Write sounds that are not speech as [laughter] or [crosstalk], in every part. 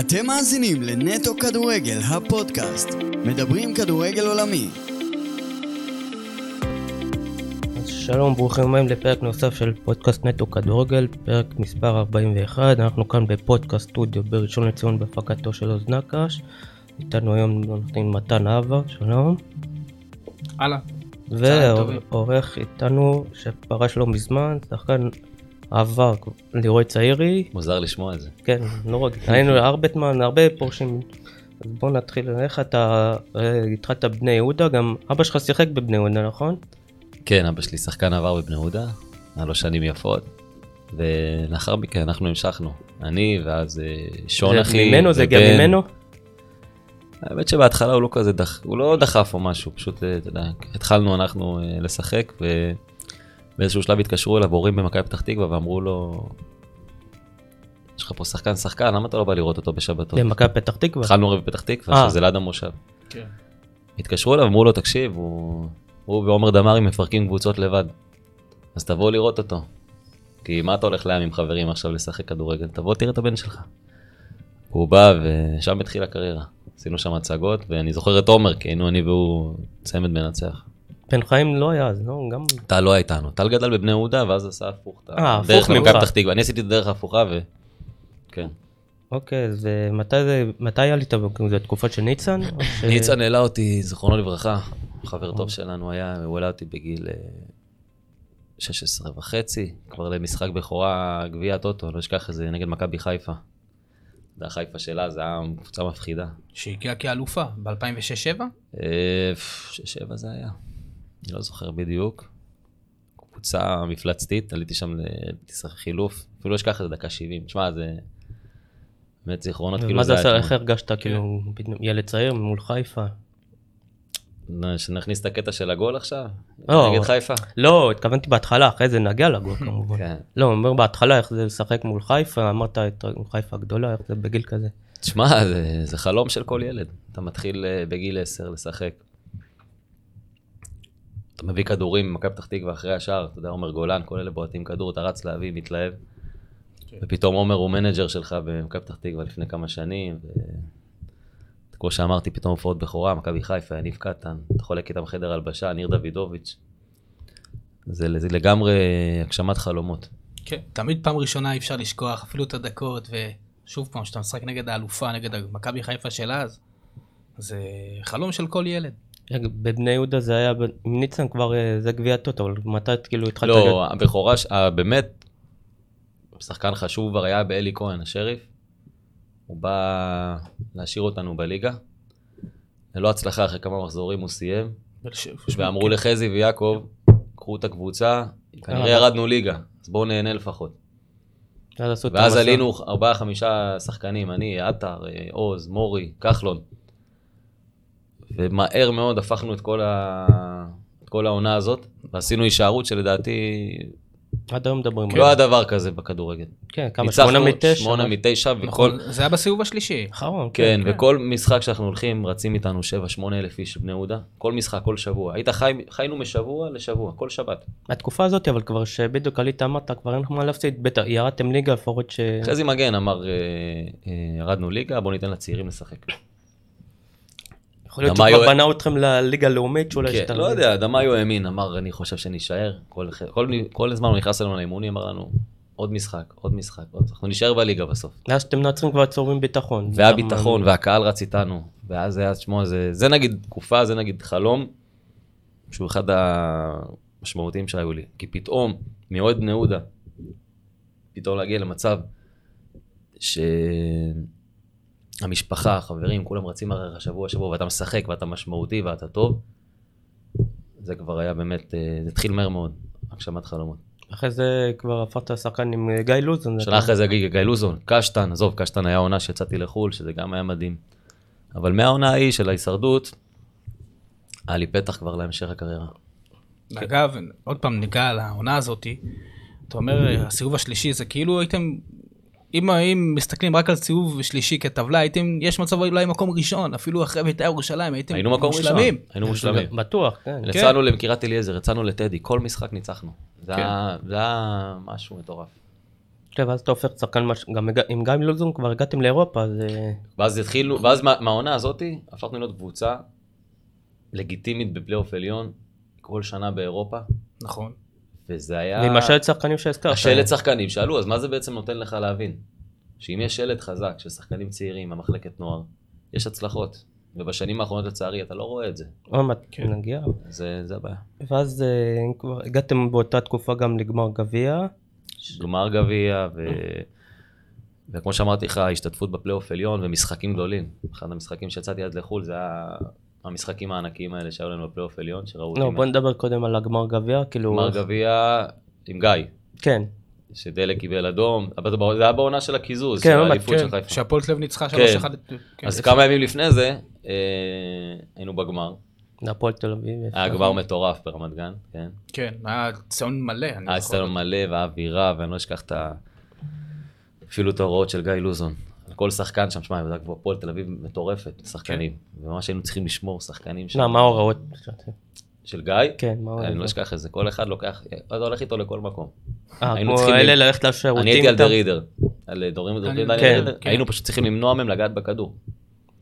אתם מאזינים לנטו כדורגל, הפודקאסט. מדברים כדורגל עולמי. אז שלום, ברוכים הבאים לפרק נוסף של פודקאסט נטו כדורגל, פרק מספר 41, אנחנו כאן בפודקאסט סטודיו בראשון לציון בהפקתו של אוז נקש. איתנו היום נותנים מתן אהבה, שלום. הלאה. טובים. ועורך איתנו שפרש לא מזמן, שחקן עבר, לירוי צעירי, מוזר לשמוע את זה. כן, לא [laughs] רק, היינו לארבטמן, הרבה פורשים. אז בוא נתחיל, איך אתה, אה, התחלת בני יהודה, גם אבא שלך שיחק בבני יהודה, נכון? כן, אבא שלי שחקן עבר בבני יהודה, היה לו שנים יפות, ולאחר מכן אנחנו המשכנו. אני ואז אה, שון זה אחי. ממנו, זה גם ובן. ממנו? האמת שבהתחלה הוא לא כזה דח... הוא לא דחף או משהו, פשוט, אה, אתה יודע, התחלנו אנחנו אה, לשחק, ובאיזשהו שלב התקשרו אליו הורים במכבי פתח תקווה ואמרו לו, יש לך פה שחקן שחקן, למה אתה לא בא לראות אותו בשבתות? במכבי פתח תקווה. התחלנו הרי בפתח אה. תקווה, שזה ליד המושב. כן. התקשרו אליו, אמרו לו, תקשיב, הוא, הוא ועומר דמארי מפרקים קבוצות לבד. אז תבוא לראות אותו. כי מה אתה הולך לים עם חברים עכשיו לשחק כדורגל? תבוא תראה את הבן שלך. הוא בא ושם התחילה הקריירה. עשינו שם הצגות, ואני זוכר את עומר, כי היינו אני והוא צמד מנצח. בן חיים לא היה אז, לא? גם... טל לא היה איתנו, טל גדל בבני יהודה ואז עשה הפוך. את אה, הפוך הדרך למכבי ממך. פתח תקווה, אני עשיתי את הדרך ההפוכה ו... כן. אוקיי, אז אה, מתי זה... מתי עלית? בקבוצה? זה תקופה של ניצן? או ש- ניצן העלה אותי, זיכרונו לברכה, חבר טוב שלנו היה, הוא העלה אותי בגיל אה, 16 וחצי, כבר למשחק בכורה, גביע הטוטו, לא אשכח את זה, נגד מכבי חיפה. זה היה חיפה שלה, זה היה קבוצה מפחידה. שהגיעה כאלופה ב-2006-2007? אה, ש- שבע זה היה, אני לא זוכר בדיוק. קבוצה מפלצתית, עליתי שם לטיסה חילוף, אפילו לא אשכח את זה, דקה 70. תשמע, זה באמת זיכרונות, ומה זה כאילו, היה עשה? כן. אתמול. איך הרגשת כאילו פתאום ילד צעיר מול חיפה? שנכניס את הקטע של הגול עכשיו? לא. נגד חיפה? לא, התכוונתי בהתחלה, אחרי זה נגיע לגול [laughs] כמובן. כן. לא, אני אומר בהתחלה איך זה לשחק מול חיפה, אמרת את חיפה הגדולה, איך זה בגיל כזה. תשמע, זה, זה חלום של כל ילד. אתה מתחיל אה, בגיל 10 לשחק. אתה מביא כדורים ממכבי פתח תקווה אחרי השער, אתה יודע, עומר גולן, כל אלה בועטים כדור, אתה רץ להביא, מתלהב. ופתאום עומר הוא מנג'ר שלך במכבי פתח תקווה לפני כמה שנים. ו... כמו שאמרתי, פתאום הופעות בכורה, מכבי חיפה, יניב קטן, אתה חולק איתם חדר הלבשה, ניר דוידוביץ'. זה, זה לגמרי הגשמת חלומות. כן. תמיד פעם ראשונה אי אפשר לשכוח, אפילו את הדקות, ושוב פעם, כשאתה משחק נגד האלופה, נגד מכבי חיפה של אז, זה חלום של כל ילד. רגע, בבני יהודה זה היה, ב- עם ניצן כבר אה, זה גביע טוטו, אבל מתי כאילו התחלת? לא, להיות- הבכורה, ש- ה- באמת, שחקן חשוב כבר היה באלי כהן, השריף. הוא בא להשאיר אותנו בליגה. ללא הצלחה, אחרי כמה מחזורים הוא סיים. ולש- כן. ואמרו לחזי ויעקב, קחו את הקבוצה, כנראה אה. ירדנו ליגה, אז בואו נהנה לפחות. ואז עשו את ואז המסע. עלינו ארבעה, חמישה שחקנים, אני, עטר, אה, עוז, מורי, כחלון. ומהר מאוד הפכנו את כל, ה... את כל העונה הזאת, ועשינו הישארות שלדעתי עד היום מדברים לא היה על זה. דבר כזה בכדורגל. כן, כמה? שמונה כאילו, ניצחנו מתשע? שמונה מתשע, נכון, וכל... זה היה בסיבוב השלישי. אחרון, כן, וכל משחק שאנחנו הולכים, רצים איתנו 7-8 אלף איש בני יהודה. כל משחק, כל שבוע. היית חי, חיינו משבוע לשבוע, כל שבת. התקופה הזאת אבל כבר שבדיוק עלית אמרת כבר אין לך מה להפסיד בטח ירדתם ליגה לפחות ש... חזי מגן אמר, אה, אה, ירדנו ליגה, בואו ניתן [laughs] לצעירים לשחק. יכול להיות גם שכבר היו- בנה אתכם לליגה הלאומית שאולי כן, שאתה... לא יודע, דמאיו האמין, אמר, אני חושב שנישאר. כל, כל, כל הזמן הוא נכנס אלינו לאימונים, אמר לנו, עוד משחק, עוד משחק, עוד... אנחנו נישאר בליגה בסוף. מאז שאתם מנצחים כבר צורבים ביטחון. והביטחון, והקהל רץ איתנו, ואז זה היה, תשמע, זה, זה נגיד תקופה, זה נגיד חלום, שהוא אחד המשמעותיים שהיו לי. כי פתאום, מאוהד בני יהודה, פתאום להגיע למצב שהמשפחה, החברים, כולם רצים אחריך שבוע שבוע, ואתה משחק, ואתה משמעותי, ואתה טוב, זה כבר היה באמת, אה, זה התחיל מהר מאוד, הגשמת חלומות. אחרי זה כבר הפכת לשחקן עם אה, גיא לוזון. שנה אחרי זה גיא לוזון, קשטן, עזוב, קשטן היה עונה שיצאתי לחו"ל, שזה גם היה מדהים. אבל מהעונה ההיא של ההישרדות, היה לי פתח כבר להמשך הקריירה. כן. אגב, עוד פעם ניגע על העונה הזאתי, אתה אומר, אה, הסיבוב השלישי זה כאילו הייתם, אם, אם מסתכלים רק על סיבוב שלישי כטבלה, הייתם, יש מצב אולי מקום ראשון, אפילו אחרי בית"ר ירושלים, הייתם היינו מקום ראשון, מושלמים. היינו מושלמים. בטוח, כן. יצאנו למכירת אליעזר, יצאנו לטדי, כל משחק ניצחנו. זה כן. היה- זה היה משהו מטורף. כן, ואז אתה הופך לשחקן, מש- גם הגע- אם גם לוזון כבר הגעתם לאירופה, אז אה, ואז התחילו, ואז מה- מהעונה הזאתי הפכנו להיות קבוצה לגיטימית בפלייאוף עליון כל שנה באירופה, נכון. וזה היה... ועם השלט שחקנים שהזכרת. אה, השלט שחקנים שאלו, אז מה זה בעצם נותן לך להבין? שאם יש שלט חזק של שחקנים צעירים במחלקת נוער, יש הצלחות. ובשנים האחרונות לצערי אתה לא רואה את זה. עוד מעט כן. נגיע. זה, זה הבעיה. ואז אה, אם כבר הגעתם באותה תקופה גם לגמר גביע, כן. גמר גביע, ו... וכמו שאמרתי לך, השתתפות בפלייאוף עליון ומשחקים גדולים. אחד המשחקים שיצאתי אז לחו"ל זה היה המשחקים הענקיים האלה שהיו לנו בפלייאוף עליון, שראו לא, אותי בוא נדבר קודם על הגמר גביע, כאילו... גמר גביע עם גיא, כן, שדלק קיבל אדום, אבל זה בא- זה היה בעונה של הקיזוז, כן, של עוד מעט, האליפות של כן, חיפה. שהפועל תל אביב ניצחה 3-1. כן. אז כמה ימים לפני זה, אה, היינו בגמר. להפועל תל אביב. היה נכון. גמר מטורף ברמת גן, כן. כן, היה ציון מלא. אני היה זוכר. אצטדיון מלא והאווירה, ואני לא אשכח את ה... אפילו את ההוראות של גיא לוזון. כל שחקן שם, שמע, זה כבר הפועל תל אביב כן. מטורפת, שחקנים. וממש היינו צריכים לשמור שחקנים של- לא, מה ההוראות? של גיא. כן, מה ההוראות? אני לא אשכח את זה, כל אחד לוקח, אתה הולך איתו לכל מקום. אה, היינו כמו צריכים אלה ל- ללכת לשירותים. אני הייתי על איתם, דה רידר, על דורים ודורים, אני- כן, כן. היינו פשוט צריכים למנוע מהם לגעת בכדור.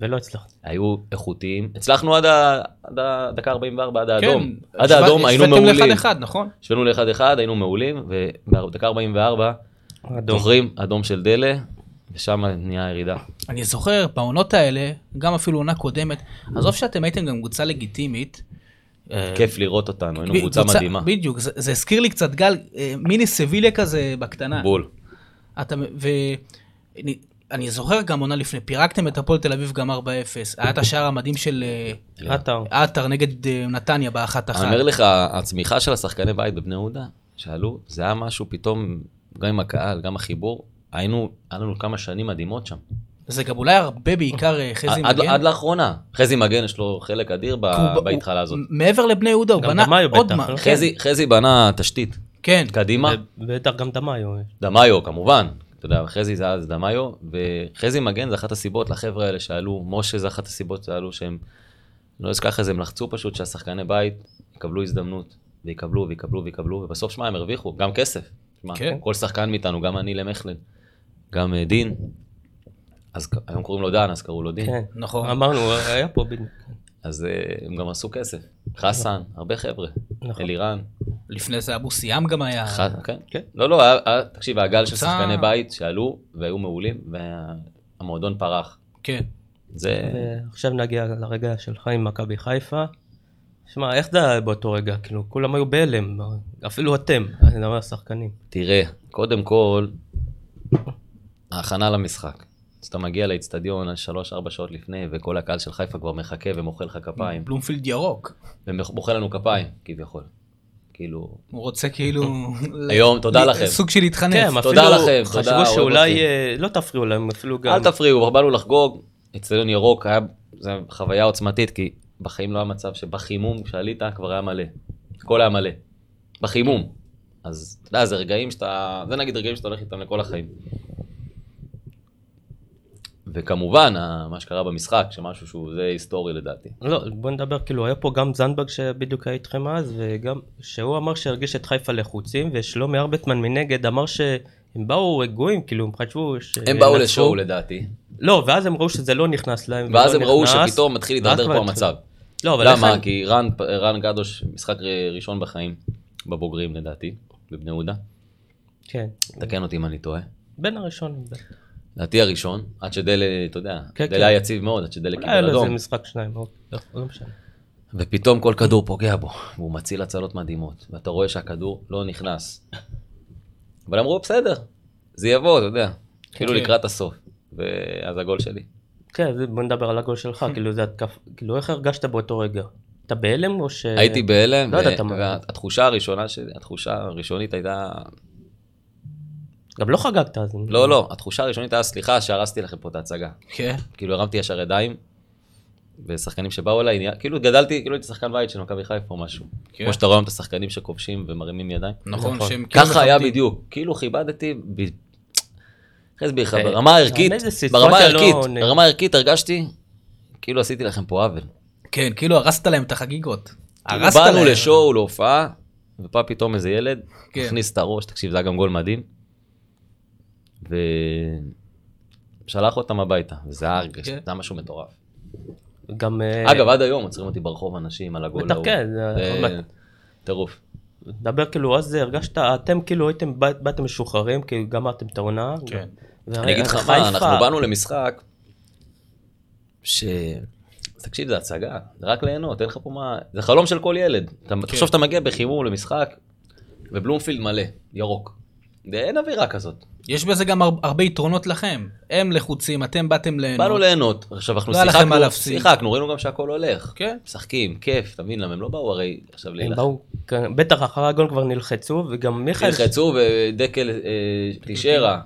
ולא הצלחתי. היו איכותיים, הצלחנו עד ה- עד הדקה 44, עד כן, האדום. עד השווה- האדום היינו השוויתם מעולים. לאחד-אחד, נכון? השווינו לאחד אחד, היינו מעולים, ובדקה 44, אדום. זוכרים? אדום של דלה, ושם נהיה הירידה. אני זוכר בעונות האלה, גם אפילו עונה קודמת, עזוב שאתם הייתם גם קבוצה לגיטימית. אה, כיף לראות אותנו, היינו ב- קבוצה מדהימה. בדיוק, זה זה הזכיר לי קצת גל, אה, מיני סביליה כזה בקטנה. בול. אתה, ו... אני- אני זוכר גם עונה לפני, פירקתם את הפועל תל אביב גם 4-0. היה את השער המדהים של אה, עטר. עטר נגד אה, נתניה באחת אני אחת. אומר לך, הצמיחה של השחקני בית בבני יהודה, שעלו, זה היה משהו פתאום, גם עם הקהל, גם החיבור, היינו, היה לנו כמה שנים מדהימות שם. זה גם אולי הרבה בעיקר אה, חזי עד- מגן. עד לאחרונה. חזי מגן יש לו חלק אדיר ב- כי הוא- הוא- בהתחלה הזאת. מעבר לבני יהודה, הוא גם בנה דמאיו עוד בטח, מה. לא? כן, חזי- חזי בנה תשתית, כן, קדימה. בטח גם דמאיו. דמאיו כמובן, אתה יודע, חזי זה אז דמאיו, וחזי מגן זה אחת הסיבות לחבר'ה האלה שעלו, משה זה אחת הסיבות שעלו שהם, לא אשכח את זה, הם לחצו פשוט שהשחקני בית יקבלו הזדמנות, ויקבלו ויקבלו ויקבלו, ובסוף שמע הם הרוויחו, גם כסף, שמע, כן. כל שחקן מאיתנו, גם אני למכלן, גם אה, דין, אז ק- היום קוראים לו דן, אז קראו לו דין, כן. נכון. אמ- אמרנו, היה פה בדיוק. אז אה, הם גם עשו כסף, חסן, הרבה חבר'ה, נכון. אלירן, לפני זה אבו סיאם גם היה. ח- כן. כן. לא, לא, היה- היה- תקשיב, היה גל של אה, קבוצה- שחקני בית שעלו והיו מעולים, והמועדון פרח. כן. זה... ועכשיו נגיע לרגע שלך עם מכבי חיפה. שמע, איך זה היה באותו רגע? כאילו, כולם היו בהלם, אפילו אתם, אני מדבר על השחקנים. תראה, קודם כל, ההכנה למשחק. אז אתה מגיע לאיצטדיון שלוש-ארבע שעות לפני, וכל הקהל של חיפה כבר מחכה ומוחא לך כפיים. בלומפילד ירוק. ומוחא לנו כפיים, כביכול. כאילו, הוא רוצה כאילו... [laughs] היום, תודה ל- לכם. סוג של להתחנף. כן, תודה אפילו לכם, תודה, חשבו אוהב שאולי אתכם. אה, לא תפריעו להם, אפילו גם... אל תפריעו, כבר באנו לחגוג, אצטדיון ירוק היה, זה היה חוויה עוצמתית, כי בחיים לא היה מצב שבחימום, כשעלית, כבר היה מלא. הכל היה מלא. בחימום. אז אתה יודע, זה רגעים שאתה, זה נגיד רגעים שאתה הולך איתם לכל החיים. וכמובן, ה- מה שקרה במשחק, שמשהו שהוא, זה היסטורי לדעתי. לא, בוא נדבר, כאילו, היה פה גם זנדברג שבדיוק היה איתכם אז, וגם, שהוא אמר שהרגיש את חיפה לחוצים, ושלומי ארבטמן מנגד אמר שהם באו רגועים, כאילו, הם חשבו ש... הם באו ינצחו. לשואו לדעתי, לא, ואז הם ראו שזה לא נכנס להם. ולא ואז הם ראו נכנס, שפתאום מתחיל ואז להידרדר כבר פה התחיל- המצב. לא, אבל למה? איך הם... כי רן, רן גדוש, משחק ראשון בחיים, בבוגרים לדעתי, בבני יהודה. כן, תקן אותי אם אני טועה. בין הראשונים. אוקיי, לדעתי הראשון, עד שדלה, אתה יודע, כן, כן. דלה היה יציב מאוד, עד שדלה אולי לא, היה קיבל לו איזה אדום. משחק שניים, אוקיי, לא לא משנה. ופתאום כל כדור פוגע בו, והוא מציל הצלות מדהימות, ואתה רואה שהכדור לא נכנס. אבל אמרו, בסדר, זה יבוא, אתה יודע, כאילו כן. לקראת הסוף. ואז הגול שלי. כן, זה- בוא נדבר על הגול שלך, כאילו, זה התקף... כאילו, איך הרגשת באותו רגע? אתה בהלם או ש... הייתי בהלם, לא ו- ידעת מה. והתחושה הראשונה שלי, התחושה הראשונית הייתה, גם לא חגגת אז. לא, לא, התחושה הראשונית הייתה, סליחה שהרסתי לכם פה את ההצגה. כן. כאילו הרמתי ישר ידיים, ושחקנים שבאו אליי, נהיה- כאילו גדלתי, כאילו הייתי שחקן בית של מכבי חיפה או משהו. כן. כמו שאתה רואה היום את השחקנים שכובשים ומרימים ידיים. נכון, נכון. שהם כאילו ככה היה מכבדים. בדיוק, כאילו כיבדתי, ב- אחרי אה, זה בעיקר, ברמה הערכית, האמת, זו סיטואציה ברמה לא הערכית, נעימה. ברמה הערכית הרגשתי, כאילו עשיתי לכם פה עוול. כן, כאילו הרסת להם את החגיגות. כאילו הרסת באנו להם. לשואו, להופעה, ופה פתאום איזה ילד, כן. הכניס את הראש, תקשיב, זה היה גם גול מדהים. ושלח אותם הביתה, וזה היה הרגש, זה כן. היה משהו מטורף. גם... אה, אגב, עד היום עוצרים אותי ברחוב אנשים על הגול בטח, כן, זה- זה טירוף. דבר כאילו, אז הרגשת, אתם כאילו הייתם, בא- באתם משוחררים, כאילו גמרתם את העונה. כן. והרי- אני אגיד לך מה, אה, חיפה- אנחנו באנו למשחק, ש... תקשיב, זה הצגה, זה רק ליהנות, אין לך פה מה... זה חלום של כל ילד. כן. אתה תחשוב שאתה מגיע בחימום למשחק, ובלומפילד מלא, ירוק. אין אווירה כזאת. יש בזה גם הר- הרבה יתרונות לכם. הם לחוצים, אתם באתם כן, ליהנות. באנו ליהנות. עכשיו אנחנו לא היה לכם מה שיחקנו, להפסיד. שיחקנו, ראינו גם שהכל הולך. כן. משחקים, כיף, אתה מבין למה הם לא באו הרי עכשיו הם להילחם. באו, כן, בטח אחרי הגול כבר נלחצו, וגם מיכאל... נלחצו ודקל אה, תישארה,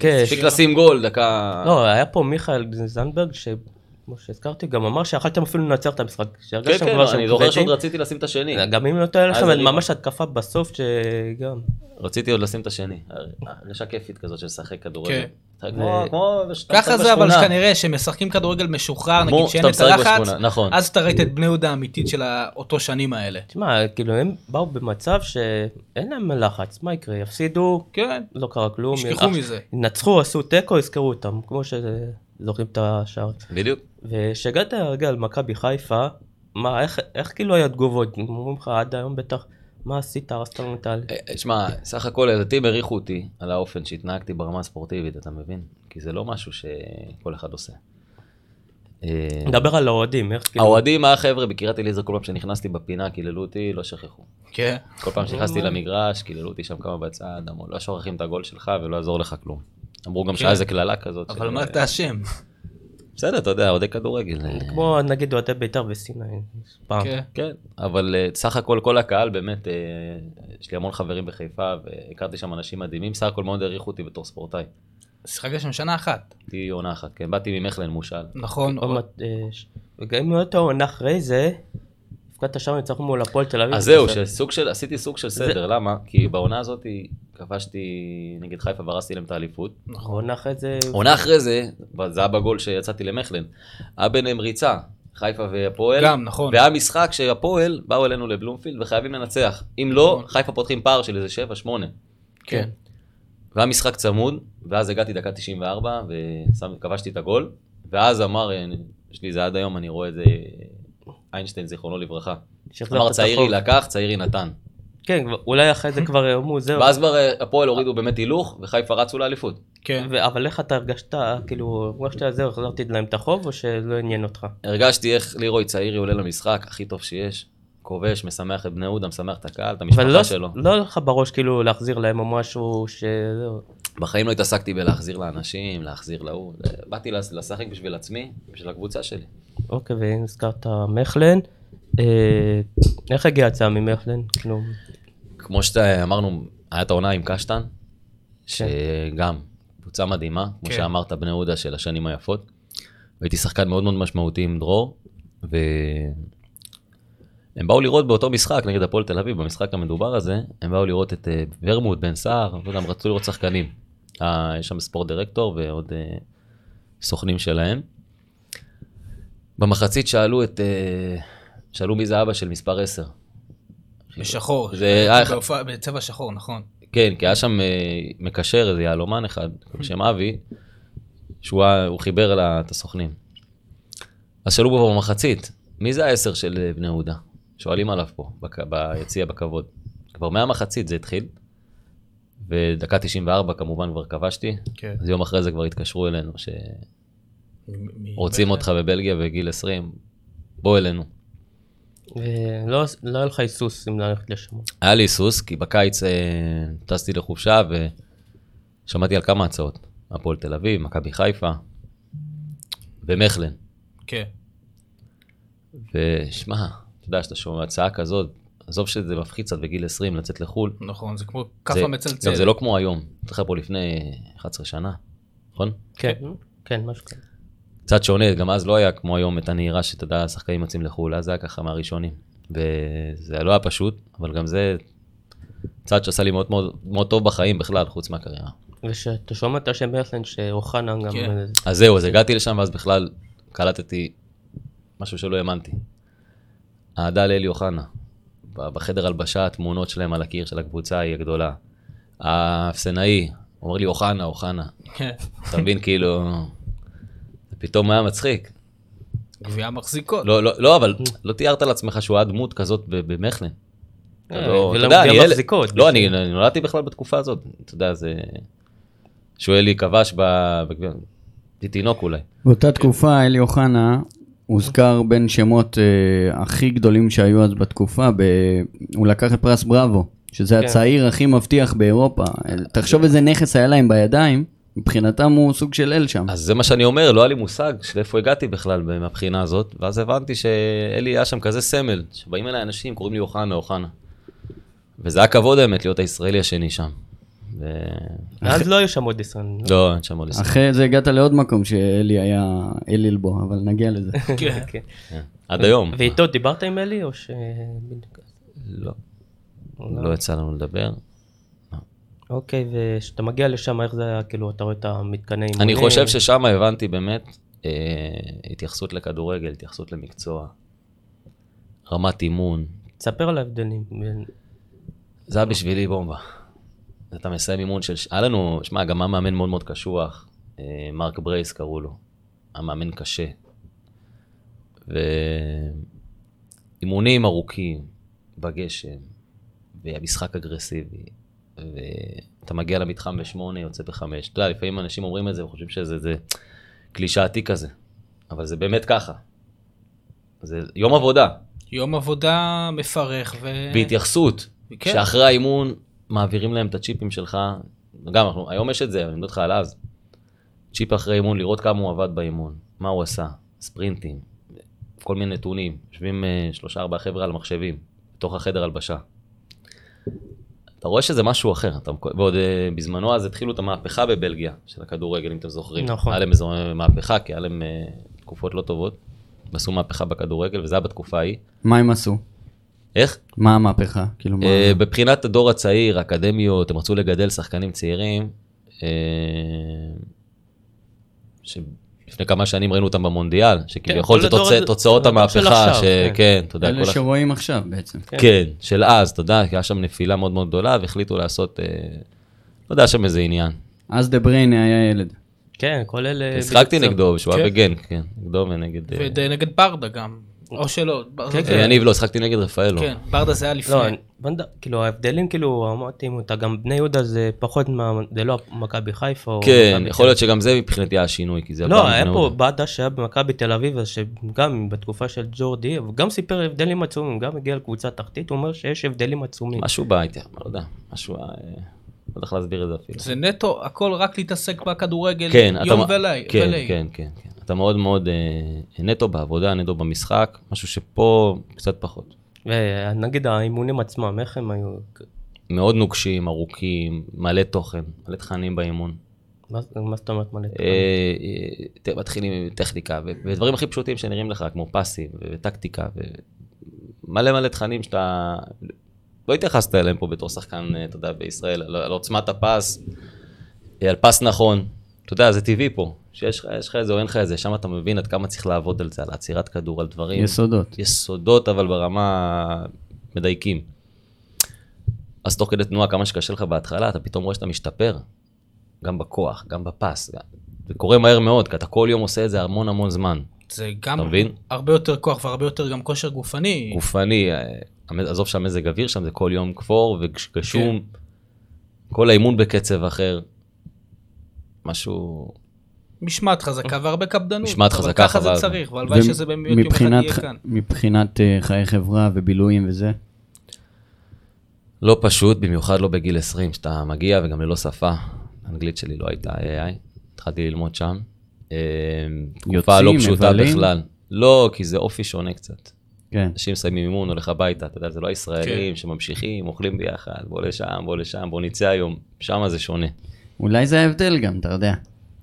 כן. הספיק לשים גול דקה. לא, היה פה מיכאל זנדברג, שכמו שהזכרתי, גם אמר שיכלתם אפילו לנצח את המשחק. כן, שהרגשתם כן, כבר שהם אני זוכר כבדים. שעוד רציתי לשים את השני. גם אם לא טועה אז לכם, אני- ממש התקפה בסוף, שגם... רציתי עוד לשים את השני. הרגשה כיפית כזאת של לשחק כדורגל. כן. אתה כמו- כמו... שאתה ככה משחק זה אבל בשכונה. כנראה שמשחקים כדורגל משוחרר, כמו נגיד שאין שאתה את משחק הלחץ, בשכונה, נכון. אז אתה ראית את בני יהודה האמיתית של האותו שנים האלה. תשמע, כאילו הם באו במצב שאין להם לחץ, מה יקרה? יפסידו, כן, לא קרה כלום. ישכחו אה, מזה. ינצחו, עשו תיקו, יזכרו אותם, כמו שזוכרים את השאר. בדיוק. וכשהגעת רגע על מכבי חיפה, מה, איך, איך כאילו היה תגובות? אומרים לך עד היום בטח, מה עשית, הרסת לנו את העל... אה, אה, שמע, סך הכל ילדים העריכו אותי על האופן שהתנהגתי ברמה הספורטיבית, אתה מבין? כי זה לא משהו שכל אחד עושה. אה, נדבר על האוהדים, איך כאילו... האוהדים, החבר'ה בקריית אליעזר, כל פעם שנכנסתי בפינה, קיללו אותי, לא שכחו. כן. כל פעם שנכנסתי למגרש, קיללו אותי שם כמה בצד, אמרו, לא שוכחים את הגול שלך ולא יעזור לך כלום. אמרו גם שהיה איזה קללה כזאת. כן. אבל ש- מה אתה אשם? בסדר, אתה יודע, אוהדי כדורגל. אה, כמו נגיד אוהדי בית"ר וסיני, פעם. כן. כן, אבל אה, סך הכל כל הקהל באמת, אה, יש לי המון חברים בחיפה והכרתי שם אנשים מדהימים, סך הכל מאוד העריכו אותי בתור ספורטאי. שיחקת שם שנה אחת, הייתי עונה אחת, כן, באתי ממכלן מושאל. נכון? עוד מעט, אה, ש- וגם אם לא טועה, עונה אחרי זה, הפקדת שם ניצחון מול הפועל תל אביב. אז זהו, בסדר. שסוג של, עשיתי סוג של סדר, למה? כי בעונה הזאת כבשתי נגד חיפה והרסתי להם את האליפות. עונה אחרי זה... עונה אחרי זה, זה היה בגול שיצאתי למכלן, היה ביניהם ריצה, חיפה והפועל. גם, נכון. והיה משחק שהפועל באו אלינו לבלומפילד וחייבים לנצח. אם לא, נכון. חיפה פותחים פער של איזה 7-8. כן. והיה משחק צמוד, ואז הגעתי דקה 94 וכבשתי את הגול, ואז אמר, אה, יש לי זה עד היום, אני רואה את זה, איינשטיין זיכרונו לברכה. שהחזרת אמר את צעירי החוב. לקח, צעירי נתן. כן, כבר- אולי אחרי זה כבר אמרו, זהו. ואז כבר אה, הפועל הורידו באמת הילוך, וחיפה רצו לאליפות. כן. ו- אבל איך אתה הרגשת, כאילו, הרגשת זהו, החזרתי להם את החוב, או שלא עניין אותך? הרגשתי איך לירוי צעירי עולה למשחק, הכי טוב שיש, כובש, משמח את בני יהודה, משמח את הקהל, את אבל לא, המשפחה שלו. לא לך בראש כאילו להחזיר להם או משהו ש... בחיים לא התעסקתי בלהחזיר לאנשים, להחזיר להוא. אה, באתי לש- לשחק בשביל עצמי, בשביל הקבוצה שלי. אוקיי, ואם הזכרת מכלן, אה, איך הגיע הצעה כאילו, ממכלן? כלום. כמו שאמרנו, היה את העונה עם קשטן, שגם קבוצה מדהימה, כמו כן. שאמרת, בני יהודה של השנים היפות. הייתי שחקן מאוד מאוד משמעותי עם דרור, והם באו לראות באותו משחק נגד הפועל תל אביב, במשחק המדובר הזה, הם באו לראות את אה, ורמוט, בן סער, וגם רצו לראות שחקנים. אה, יש שם ספורט דירקטור ועוד אה, סוכנים שלהם. במחצית שאלו את, אה, שאלו מי זה אבא של מספר 10. בשחור. זה היה אחד- בהופעה- בצבע שחור, נכון. כן, כי היה שם אה, מקשר, איזה יהלומן אחד, בשם אבי, שהוא היה- הוא חיבר לה את הסוכנים. אז שאלו בו במחצית, מי זה העשר של אה, בני יהודה? שואלים עליו פה, בק- ביציע, בכבוד. כבר מהמחצית זה התחיל, ודקה 94 כמובן כבר כבשתי, כן. אז יום אחרי זה כבר התקשרו אלינו, שרוצים מ- מ- אותך בבלגיה בגיל 20, בוא אלינו. ולא לא היה לך היסוס אם ללכת לשם. היה לי היסוס, כי בקיץ אה, טסתי לחופשה ושמעתי על כמה הצעות. הפועל תל אביב, מכבי חיפה ומכלן. כן. ושמע, אתה יודע, שאתה שומע הצעה כזאת, עזוב שזה מפחיד קצת בגיל 20 לצאת לחו"ל. נכון, זה כמו זה- כאפה מצלצלת. גם זה לא כמו היום, צריך פה לפני 11 שנה, נכון? כן, כן, משהו כזה. קצת שונה, גם אז לא היה כמו היום את הנהירה שאתה יודע, השחקנים יוצאים לחו"ל, אז זה היה ככה מהראשונים. וזה לא היה פשוט, אבל גם זה צעד שעשה לי מאוד מאוד, מאוד טוב בחיים בכלל, חוץ מהקריירה. וכשאתה שומע את השם מכלן, שאוחנה גם... כן. אה, אז זהו, אז הגעתי לשם, ואז בכלל קלטתי משהו שלא האמנתי. אהדה לאלי אוחנה. ב- בחדר הלבשה, התמונות שלהם על הקיר של הקבוצה היא הגדולה. האפסנאי, הוא אומר לי, אוחנה, אוחנה. כן. אתה מבין, כאילו... זה פתאום היה מצחיק. גביע מחזיקות. לא, לא, לא, אבל לא תיארת לעצמך שהוא היה דמות כזאת ב- במכנה. אתה אה, לא- ולמה אתה יודע, גם אני ילד- מחזיקות, לא, בשביל- אני אני נולדתי בכלל בתקופה הזאת. אתה יודע, זה... שואלי כבש ב- בגביע... הייתי תינוק אולי. באותה תקופה אלי אוחנה הוזכר בין שמות אה, הכי גדולים שהיו אז בתקופה, ב... הוא לקח את פרס בראבו, שזה כן. הצעיר הכי מבטיח באירופה. אה, תחשוב איזה נכס היה להם בידיים, מבחינתם הוא סוג של אל שם. אז זה מה שאני אומר, לא היה לי מושג של איפה הגעתי בכלל מהבחינה הזאת, ואז הבנתי שאלי היה שם כזה סמל, שבאים אליי אנשים, קוראים לי אוחנה, אוחנה. וזה היה כבוד האמת להיות הישראלי השני שם. ו... אז לא היו שם עוד עשרים. לא, אין שם עוד ישראל. אחרי זה הגעת לעוד מקום שאלי היה אל אלבו, אבל נגיע לזה. כן. כן. עד היום. ואיתו דיברת עם אלי או ש... לא, לא יצא לנו לדבר. אוקיי, וכשאתה מגיע לשם, איך זה היה, כאילו, אתה רואה את המתקני אימונים? אני חושב ששם הבנתי באמת אה, התייחסות לכדורגל, התייחסות למקצוע, רמת אימון. תספר על ההבדלים. בין- זה היה בשבילי בומבה. אתה מסיים אימון של... היה לנו, שמע, גם היה מאמן מאוד מאוד קשוח, אה, מרק ברייס קראו לו. היה מאמן קשה. ואימונים ארוכים, בגשם, והמשחק אגרסיבי. ואתה מגיע למתחם בשמונה, יוצא בחמש. אתה יודע, לפעמים אנשים אומרים את זה וחושבים שזה זה קלישאתי כזה. אבל זה באמת ככה. זה יום עבודה. יום עבודה מפרך ו... והתייחסות, כן. שאחרי האימון מעבירים להם את הצ'יפים שלך, גם אנחנו, היום יש את זה, אני מדבר איתך על אז, צ'יפ אחרי אימון, לראות כמה הוא עבד באימון, מה הוא עשה, ספרינטים, כל מיני נתונים, יושבים אה, שלושה ארבעה חבר'ה על מחשבים, בתוך החדר הלבשה. אתה רואה שזה משהו אחר, אתה, מקו- ועוד אה, בזמנו אז התחילו את המהפכה בבלגיה של הכדורגל, אם אתם זוכרים. נכון. היה להם איזו אה, מהפכה, כי היה להם אה, תקופות לא טובות, עשו מהפכה בכדורגל, וזה היה בתקופה ההיא. מה הם עשו? איך? מה המהפכה? כאילו מה... אה, בבחינת הדור הצעיר, אקדמיות, הם רצו לגדל שחקנים צעירים, אה, שלפני כמה שנים ראינו אותם במונדיאל, שכביכול כן, כל זה הדור תוצא- הזה- תוצאות הדור של המהפכה, עכשיו, כן. שכן, אתה יודע, אלה כל הח- שרואים עכשיו בעצם. כן, של אז, אתה יודע, כי היה שם נפילה מאוד מאוד גדולה, והחליטו לעשות, אה, לא יודע, שם איזה עניין. אז דה בריינה היה ילד. כן, כל אלה... השחקתי בקבוצה. נגדו, שהוא היה כן. בגן, כן, נגדו ונגד... אה, ונגד ברדה גם. או שלא. ברדה כן, זה- כן. אה, יניב לא, שחקתי נגד רפאלו. כן, ברדה זה היה לא, אני- לפני. בנד- כאילו ההבדלים כאילו אמרתי אם אתה גם בני יהודה זה פחות מה... זה לא מכבי חיפה או... כן, מכבי יכול להיות שגם זה מבחינתי היה שינוי, כי זה... לא, הפעם היה בני פה יהודה. באדה שהיה במכבי תל אביב, אז שגם בתקופה של ג'ורדי, הוא גם סיפר הבדלים עצומים, גם הגיע לקבוצה תחתית, הוא אומר שיש הבדלים עצומים. משהו בהייטק, לא יודע, משהו... אה, לא יודע איך להסביר את זה אפילו. זה נטו, הכל רק להתעסק בכדורגל כן, אתה... יום מ- וליל. כן, וליל. כן, כן, כן. אתה מאוד מאוד אה, נטו בעבודה, נטו במשחק, משהו שפה קצת פחות. ונגיד האימונים עצמם, איך הם היו? מאוד נוקשים, ארוכים, מלא תוכן, מלא תכנים באימון. מה מה זאת אומרת מלא? אה, אה, ת- מתחילים עם טכניקה, ו- ודברים הכי פשוטים שנראים לך, כמו פסים, ו- וטקטיקה, ומלא מלא תכנים שאתה... לא התייחסת אליהם פה בתור שחקן, אה, אתה יודע, בישראל, על על עוצמת הפס, אה, על פס נכון. אתה יודע, זה טבעי פה, שיש לך- יש לך את זה או אין לך את זה, שם אתה מבין עד כמה צריך לעבוד על זה, על עצירת כדור, על דברים. יסודות. יסודות, אבל ברמה מדייקים. אז תוך כדי תנועה, כמה שקשה לך בהתחלה, אתה פתאום רואה שאתה משתפר, גם בכוח, גם בפס. גם- זה קורה מהר מאוד, כי אתה כל יום עושה את זה המון המון זמן. זה גם אתה מבין? הרבה יותר כוח והרבה יותר גם כושר גופני. גופני, אה, המ- עזוב שהמזג אוויר שם, זה כל יום כפור וגשום, כל האימון בקצב אחר. משהו... משמעת חזקה והרבה קפדנות. משמעת אבל חזקה, ככה זה אבל- צריך, והלוואי שזה באמת יום אחד ומבחינת- יהיה כאן. מבחינת אה, חיי חברה ובילויים וזה, לא פשוט, במיוחד לא בגיל 20, שאתה מגיע וגם ללא שפה. האנגלית שלי לא הייתה AI, התחלתי ללמוד שם. אה, תקופה לא יוצאים, פשוטה מבלים? בכלל. לא, כי זה אופי שונה קצת. כן. אנשים מסיימים אימון, הולך הביתה, אתה יודע, זה לא הישראלים כן. שממשיכים, אוכלים ביחד, בוא לשם, בוא לשם, בוא נצא היום, שם זה שונה. אולי זה ההבדל גם, אתה יודע.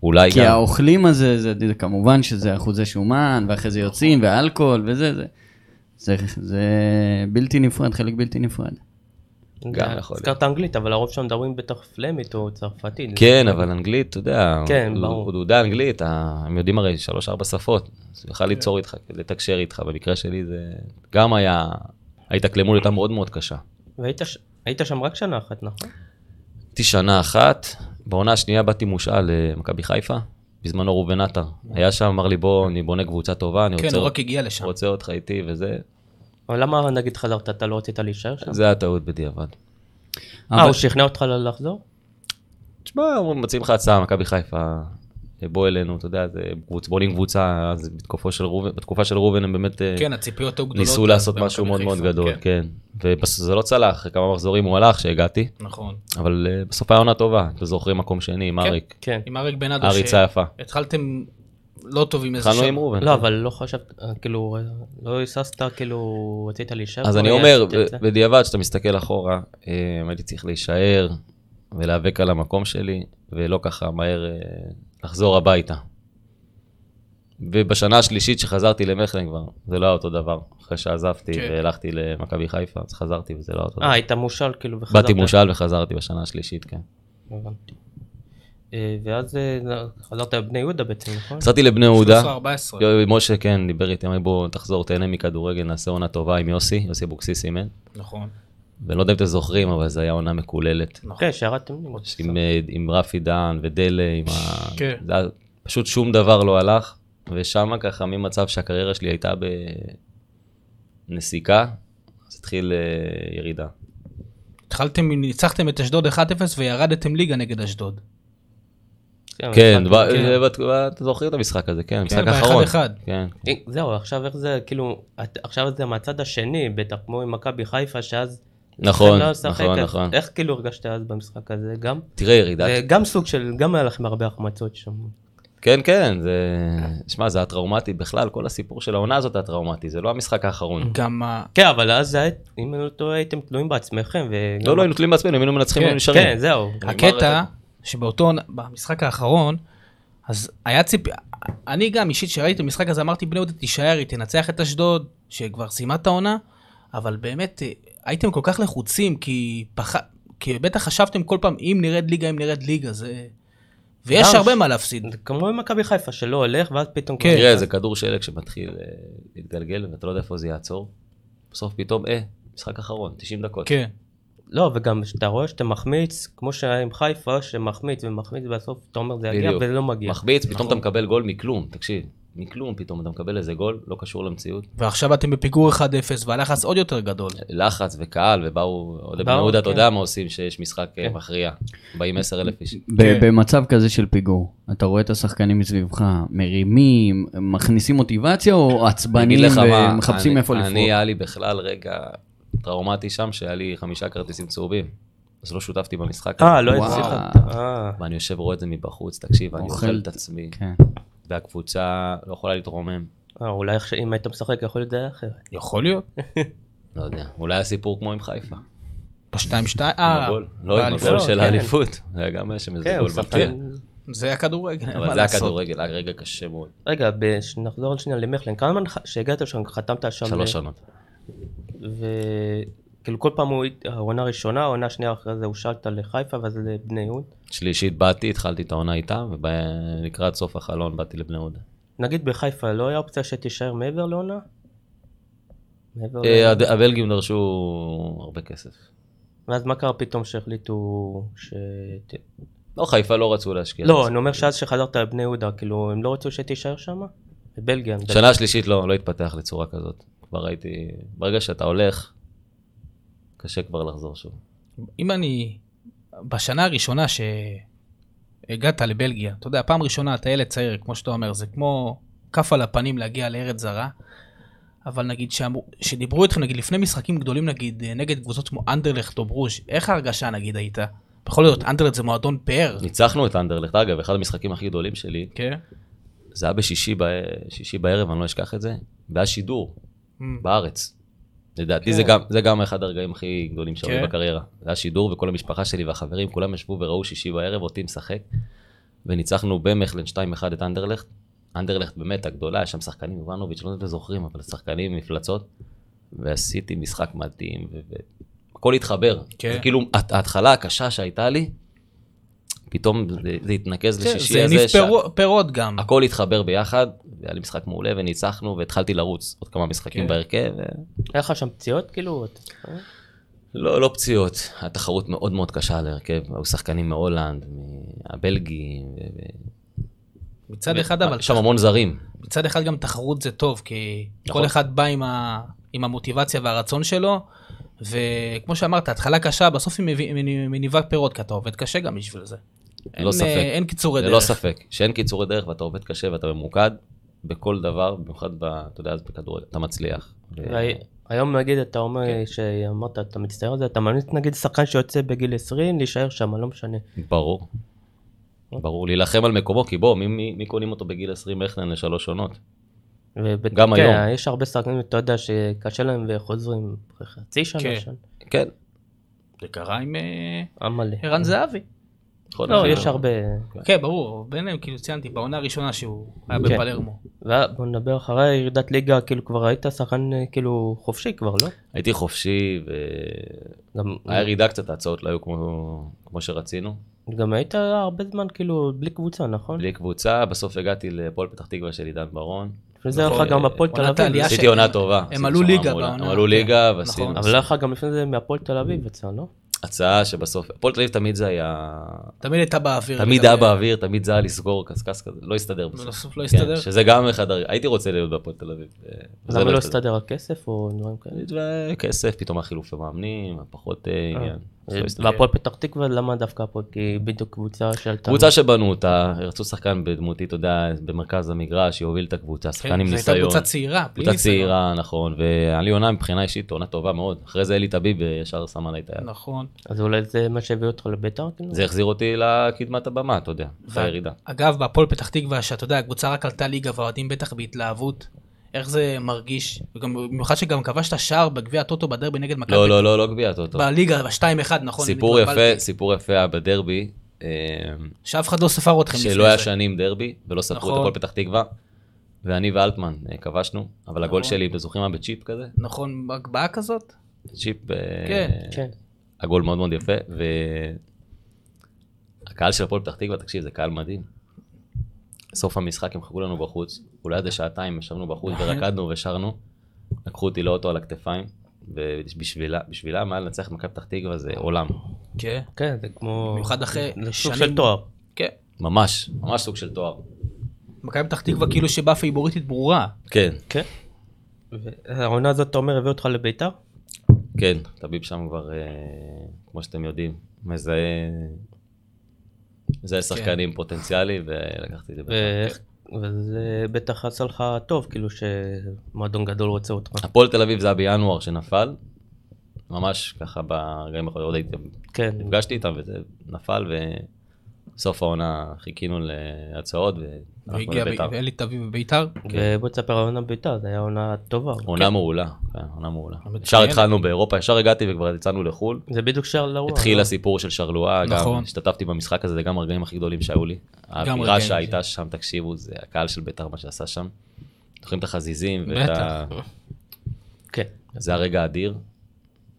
אולי כי גם, האוכלים הזה, זה, זה כמובן שזה אחוזי שומן, ואחרי זה יוצאים, ואלכוהול, וזה, זה, זה, זה בלתי נפרד, חלק בלתי נפרד. גם יכול להיות. הזכרת אנגלית, אבל הרוב שם מדברים בטח פלמית או צרפתית. כן, אבל אנגלית, אתה יודע, כן, הוא- ברור. הוא דודה אנגלית, ה- הם יודעים הרי שלוש-ארבע שפות, אז הוא יכל כן. ליצור איתך, לתקשר איתך, במקרה שלי זה גם היה, ההתאקלמות הייתה מאוד מאוד קשה. והיית ש- היית שם רק שנה אחת, נכון? הייתי שנה אחת, בעונה השנייה באתי מושאל למכבי חיפה, בזמנו ראובן עטר. היה שם, אמר לי, בוא, אני בונה קבוצה טובה, אני כן, רוצה, הוא רק הגיע לשם. רוצה אותך איתי וזה. אבל למה נגיד חזרת, אתה לא רצית להישאר שם? זה הטעות בדיעבד. אה, הוא שכנע אותך ל- לחזור? תשמע, אומרים, מציעים לך הצעה, מכבי חיפה, אה, בוא אלינו, אתה יודע, זה קבוצ- בונים קבוצה, אז בתקופה של ראובן- בתקופה של ראובן הם באמת... אה, כן, הציפיות היו גדולות. ניסו אז לעשות במכבי משהו מאוד חיפה, מאוד גדול, כן, כן. ובסוף זה לא צלח, אחרי כמה מחזורים הוא הלך כשהגעתי, נכון. אבל אה, בסוף היה עונה טובה, אתם זוכרים מקום שני, עם אריק. כן. עם אריק בנאדו. הריצה יפה. התחלתם לא טוב עם איזה התחלנו שם. עם ראובן. לא, אבל לא חשבת, אה, כאילו, אה, לא היססת, כאילו, רצית להישאר? אז פה, אני היה אומר, שתצא. ב- בדיעבד, כשאתה מסתכל אחורה, אה, הייתי צריך להישאר ולהיאבק על המקום שלי, ולא ככה מהר אה, לחזור הביתה. ובשנה השלישית שחזרתי למכלן כבר, זה לא היה אותו דבר. אחרי שעזבתי כן. והלכתי למכבי חיפה, אז חזרתי וזה לא היה אותו אה, דבר. היית מושל, כאילו, וחזרת. באתי מושאל וחזרתי בשנה השלישית, כן. הבנתי. אה, ואז אה, חזרת לבני יהודה בעצם, נכון? חזרתי לבני יהודה. 13-14. יואי, משה, כן, דיבר איתי, אמר לי, בוא, תחזור, תהנה מכדורגל, נעשה עונה טובה עם יוסי, יוסי אבוקסיס אימן. נכון. ולא יודע אם אתם זוכרים, אבל זו הייתה עונה מקוללת. כן, שירדתם עם עוד עם, אה, עם רפי דן ודלה, עם ה... כן. זה היה- פשוט שום דבר לא הלך, ושם ככה ממצב שהקריירה שלי הייתה בנסיקה, אז התחיל אה, ירידה. התחלתם, ניצחתם את אשדוד 1-0 וירדתם ליגה נגד אשדוד. כן, ב- כן. זה בת- ב- אתה זוכר את המשחק הזה, כן, המשחק ב- האחרון. אחד-אחד. כן. אה, זהו, עכשיו איך זה, כאילו, את- עכשיו זה מהצד השני, בטח כמו עם מכבי חיפה, שאז... נכון, לא לשחק, נכון, אז נכון. איך כאילו הרגשת אז במשחק הזה? גם? תראה ירידה, זה גם סוג של, גם היה לכם הרבה החמצות שם. כן, כן, זה... שמע, זה היה טראומטי בכלל, כל הסיפור של העונה הזאת היה טראומטי, זה לא המשחק האחרון. גם ה... כן, אבל אז זה היה, אם אני לא טועה, הייתם תלויים בעצמכם, וגם... לא, לא, היינו תלויים בעצמנו, אם היינו מנצחים, כן, היינו נשארים. כן, זהו. הקטע שבאותו, במשחק האחרון, אז היה ציפי, אני גם אישית שראיתי את המשחק הזה אמרתי בני יהודה תישאר, היא תנצח את אשדוד, שכבר סיימה את העונה, אבל באמת אה, הייתם כל כך לחוצים, כי פח... כי בטח חשבתם כל פעם אם נרד ליגה, אם נרד ליגה, זה... ויש גם- הרבה מה להפסיד. כמו עם מכבי חיפה, שלא הולך, ואז פתאום... כן. תראה, זה כדור שלג שמתחיל אה, להתגלגל, ואתה לא יודע איפה זה יעצור. בסוף פתאום, אה, משחק אחרון, 90 דקות. כן. לא, וגם כשאתה רואה שאתה מחמיץ, כמו שהיה עם חיפה, שמחמיץ ומחמיץ, ובסוף אתה אומר זה יגיע בדיוק. וזה לא מגיע. מחביץ, פתאום אתה מקבל גול מכלום, תקשיב. מכלום פתאום אתה מקבל איזה גול, לא קשור למציאות. ועכשיו אתם בפיגור 1-0 והלחץ עוד יותר גדול. לחץ וקהל, ובאו, עוד בני באו, יהודה, אתה כן. יודע מה עושים שיש משחק אה, כן. מכריע. באים 10,000 איש. ב- כן. במצב כזה של פיגור, אתה רואה את השחקנים מסביבך, מרימים, מכניסים מוטיבציה או אני עצבניים אגיד לך מה, ומחפשים אני- איפה אני, לפרוק? היה לי בכלל רגע טראומטי שם, שהיה לי חמישה כרטיסים צהובים. אז לא שותפתי במשחק. אה, הזה. לא וואו. הצליחה. אה, ואני יושב רואה את זה מבחוץ, תקשיב, אני אוכל אוכל את את- עצמי, כן. והקבוצה לא יכולה להתרומם. אה, אולי עכשיו- אם היית משחק יכול להיות זה היה אחרת. יכול להיות. לא יודע, אולי הסיפור כמו עם חיפה. עם ב-2-2, אה, הגול. לא, עם הגול באליפות, של כן. האליפות. זה היה גם היה שם איזה כן, הוא גול מפתיע. שחקן. זה הכדורגל, אבל זה הכדורגל, היה רגע קשה מאוד. רגע, בש- נחזור עוד שנייה למכלן. כמה זמן ח- שהגעת שם, חתמת שם? שלוש ב- שנות. וכאילו כל פעם הוא, העונה הראשונה, העונה שנייה אחרי זה הושאלת לחיפה ואז לבני יהוד. שלישית באתי, התחלתי את העונה איתם, ולקראת סוף החלון באתי לבני יהודה. לא נגיד בחיפה לא היה אופציה שתישאר מעבר לעונה? מעבר אה, לעונה? הד- הבלגים דרשו הרבה כסף. ואז מה קרה פתאום שהחליטו ש... לא, חיפה לא רצו להשקיע. לא, אני אומר שאז שחזרת לבני יהודה, כאילו, הם לא רצו שתישאר שם? בבלגיה. אני מדבר. שנה שלישית לא, לא התפתח לצורה כזאת. כבר הייתי, ברגע שאתה הולך, קשה כבר לחזור שוב. אם אני, בשנה הראשונה שהגעת לבלגיה, אתה יודע, פעם ראשונה אתה ילד צעיר, כמו שאתה אומר, זה כמו כף על הפנים להגיע לארץ זרה, אבל נגיד שאמרו, שדיברו איתכם, נגיד לפני משחקים גדולים, נגיד אה, נגד קבוצות כמו אנדרלכט או ברוז', איך ההרגשה נגיד הייתה? בכל זאת, אנדרלכט זה מועדון פאר. ניצחנו את אנדרלכט, אגב, אחד המשחקים הכי גדולים שלי, כן. זה היה בשישי ב- שישי בערב, אני לא אשכח את זה, והיה שידור בארץ. לדעתי זה גם- זה גם אחד הרגעים הכי גדולים שהיו לי כן. בקריירה. זה היה שידור וכל המשפחה שלי והחברים, כולם ישבו וראו שישי בערב אותי משחק, וניצחנו במכלן 2-1 את אנדרלכט. אנדרלכט באמת הגדולה, יש שם שחקנים, יובנוביץ', לא יודע אם אתם זוכרים, אבל שחקנים מפלצות. ועשיתי משחק מדהים, והכל התחבר. כן. זה כאילו, הת- ההתחלה הקשה שהייתה לי, פתאום זה- זה התנקז כן, לשישי זה הזה. הניף שה- פירו- פירות גם. הכל התחבר ביחד, והיה לי משחק מעולה, וניצחנו, והתחלתי לרוץ עוד כמה משחקים כן. בהרכב. ו- היה לך שם פציעות, כאילו? אתה- לא, לא פציעות. התחרות מאוד מאוד קשה על ההרכב. היו שחקנים מהולנד, מהבלגי. ו- מצד ו- אחד, אבל יש שם המון זרים. מצד אחד גם תחרות זה טוב, כי נכון. כל אחד בא עם, ה... עם המוטיבציה והרצון שלו, וכמו שאמרת, התחלה קשה, בסוף היא מביא- מני- מניבה פירות, כי אתה עובד קשה גם בשביל זה. אין, לא אה, ספק. אין קיצורי דרך. ללא ספק. שאין קיצורי דרך ואתה עובד קשה ואתה ממוקד בכל דבר, במיוחד, ב, אתה יודע, אז בכדורגל, אתה מצליח. ו- והי- היום נגיד אתה אומר כן. שאמרת אתה מצטער על זה, אתה ממליץ נגיד שחקן שיוצא בגיל 20 להישאר שם, לא משנה. ברור. ברור, להילחם על מקומו, כי בוא, מי, מי, מי קונים אותו בגיל 20 הכנן לשלוש עונות? ובט- גם כן, היום. יש הרבה שחקנים, אתה יודע, שקשה להם וחוזרים אחרי חצי שנה כן. שם. כן, זה קרה עם אה, המלא. ערן זהבי. נכון. לא, אפילו. יש הרבה. כן, ברור, ביניהם, כאילו ציינתי, בעונה הראשונה שהוא היה כן. בפלרמו. ובוא נדבר אחרי הירידת ליגה, כאילו כבר היית שחקן אה, כאילו חופשי כבר, לא? הייתי חופשי, גם, והיה ירידה קצת, ההצעות לא היו כמו, כמו שרצינו. גם היית הרבה זמן כאילו בלי קבוצה, נכון? בלי קבוצה, בסוף הגעתי לפועל פתח תקווה של עידן ברון. לפני זה היה נכון. לך אה, גם הפועל תל עונת אביב. העלייה עשיתי שהם- עונה טובה. הם עשיתי עלו שם ליגה מול- בעונה, הם עלו כן. ליגה, נכון. ועשינו אבל היה לך גם לפני זה מהפועל תל אביב יצא, לא? הצעה שבסוף, הפועל תל אביב תמיד זה היה, תמיד הייתה באוויר. תמיד לגבי- היה באוויר, תמיד זה היה לסגור קשקש כזה, לא הסתדר בסוף כן, לא כן, הסתדר. שזה גם אחד, הר- הייתי רוצה להיות בהפועל תל אביב. אה, וזה למה לא הסתדר הכסף או דברים כאלה? כסף, פתאום היה חילופי מאמנים, פחות אה, עניין. אז לא הסתדר. והפועל פתח תקווה, למה דווקא הפועל? כי בדיוק קבוצה שעלתה. קבוצה שבנו אותה, רצו שחקן בדמותי, אתה יודע, במרכז המגרש, שיוביל את הקבוצה, כן, שחקן עם זו ניסיון. הייתה קבוצה צעירה, בלי קבוצה ניסיון. צעירה, נכון, והיה לי עונה מבחינה אישית, עונה טובה מאוד. אחרי זה אלי טביב אה, ישר שם עליי את היד. נכון. אז אולי זה מה שהביא אותך לביתר? כאילו? זה החזיר אותי לקדמת הבמה, אתה יודע, ו- הייתה ירידה. אגב, בהפועל פתח תקווה, שאתה יודע, הקבוצה רק עלתה ליגה והאוהדים בטח בהתלהבות. איך זה מרגיש? וגם במיוחד שגם כבשת שער בגביע הטוטו בדרבי נגד מכבי. לא, לא, לא, לא גביע טוטו. בליגה, ב-2-1, נכון? סיפור התבלבלתי. יפה, סיפור יפה היה בדרבי, אה, שאף אחד לא ספר אתכם לפני זה. שלא היה שנים דרבי, ולא ספרו נכון. את הפועל פתח תקווה, ואני ואלטמן אה, כבשנו, אבל הגול נכון. שלי, אתם זוכרים מה בצ'יפ כזה? נכון, הגבהה כזאת? צ'יפ, אה, כן, כן. הגול מאוד מאוד יפה, והקהל של הפועל פתח תקווה, תקשיב, זה קהל מדהים. סוף המשחק הם חיכו לנו בחוץ, אולי עד שעתיים ישבנו בחוץ ורקדנו ושרנו, לקחו אותי לאוטו על הכתפיים, ובשבילם היה לנצח את מכבי פתח תקווה זה עולם, כן. כן, זה כמו... במיוחד אחרי זה סוג שנים. של תואר. כן. ממש, ממש סוג של תואר. מכבי פתח תקווה כאילו שבאה פייבוריטית ברורה. כן, כן. העונה הזאת, אתה אומר, הביא אותך לביתר? כן, טביב שם כבר, אה, כמו שאתם יודעים, מזהה, מזהה שחקנים פוטנציאליים, ולקחתי את זה. בחשבון. ואיך- כן. וזה בטח עשה לך טוב, כאילו שמועדון גדול רוצה אותך. הפועל תל אביב זה היה בינואר שנפל, ממש ככה ברגעים האחרונים, עוד הייתי, כן. נפגשתי איתם וזה נפל, ובסוף העונה חיכינו להצעות, ואנחנו והגיע לביתר. ב- ואלי תביב בביתר. כן. ובוא תספר על עונה ביתר, זו הייתה עונה טובה. עונה מעולה, כן, עונה מעולה. מצוין. ישר התחלנו באירופה, ישר הגעתי וכבר יצאנו לחו"ל. זה בדיוק שער לרוע. התחיל לא? הסיפור של שרלואה, נכון. גם השתתפתי במשחק הזה, זה גם הרגעים הכי גדולים שהיו לי. האווירה רגעים, כן. שהייתה שם, תקשיבו, זה הקהל של ביתר, מה שעשה שם. זוכרים את החזיזים, ואת ה- כן. זה הרגע האדיר.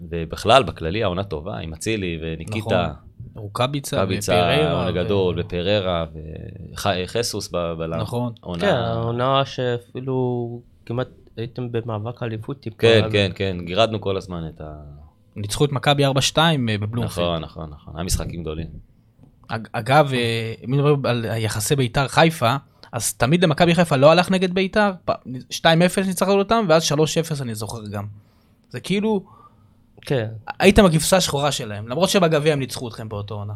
ובכלל, בכללי, העונה טובה, עם אצילי וניקיטה, רוקאביצה קביצה, ופררה. העון נכון. ו- הגדול, ופררה, וחסוס בלם. נכון. עונה- כן, העונה שאפילו כמעט הייתם במאבק אליפות טיפה. כן, כן, כן, גירדנו כל הזמן את ה... ניצחו את מכבי 4-2 בבלומפילד. נכון, נכון, נכון, היה משחקים גדולים. אג- כן. אגב, אה, אם נדבר על יחסי ביתר חיפה, אז תמיד למכבי חיפה לא הלך נגד ביתר, פ- 2-0 ניצחנו אותם, ואז 3-0 אני זוכר גם. זה כאילו, כן. הייתם הכבשה השחורה שלהם, למרות שבגביע הם ניצחו אתכם באותו עונה.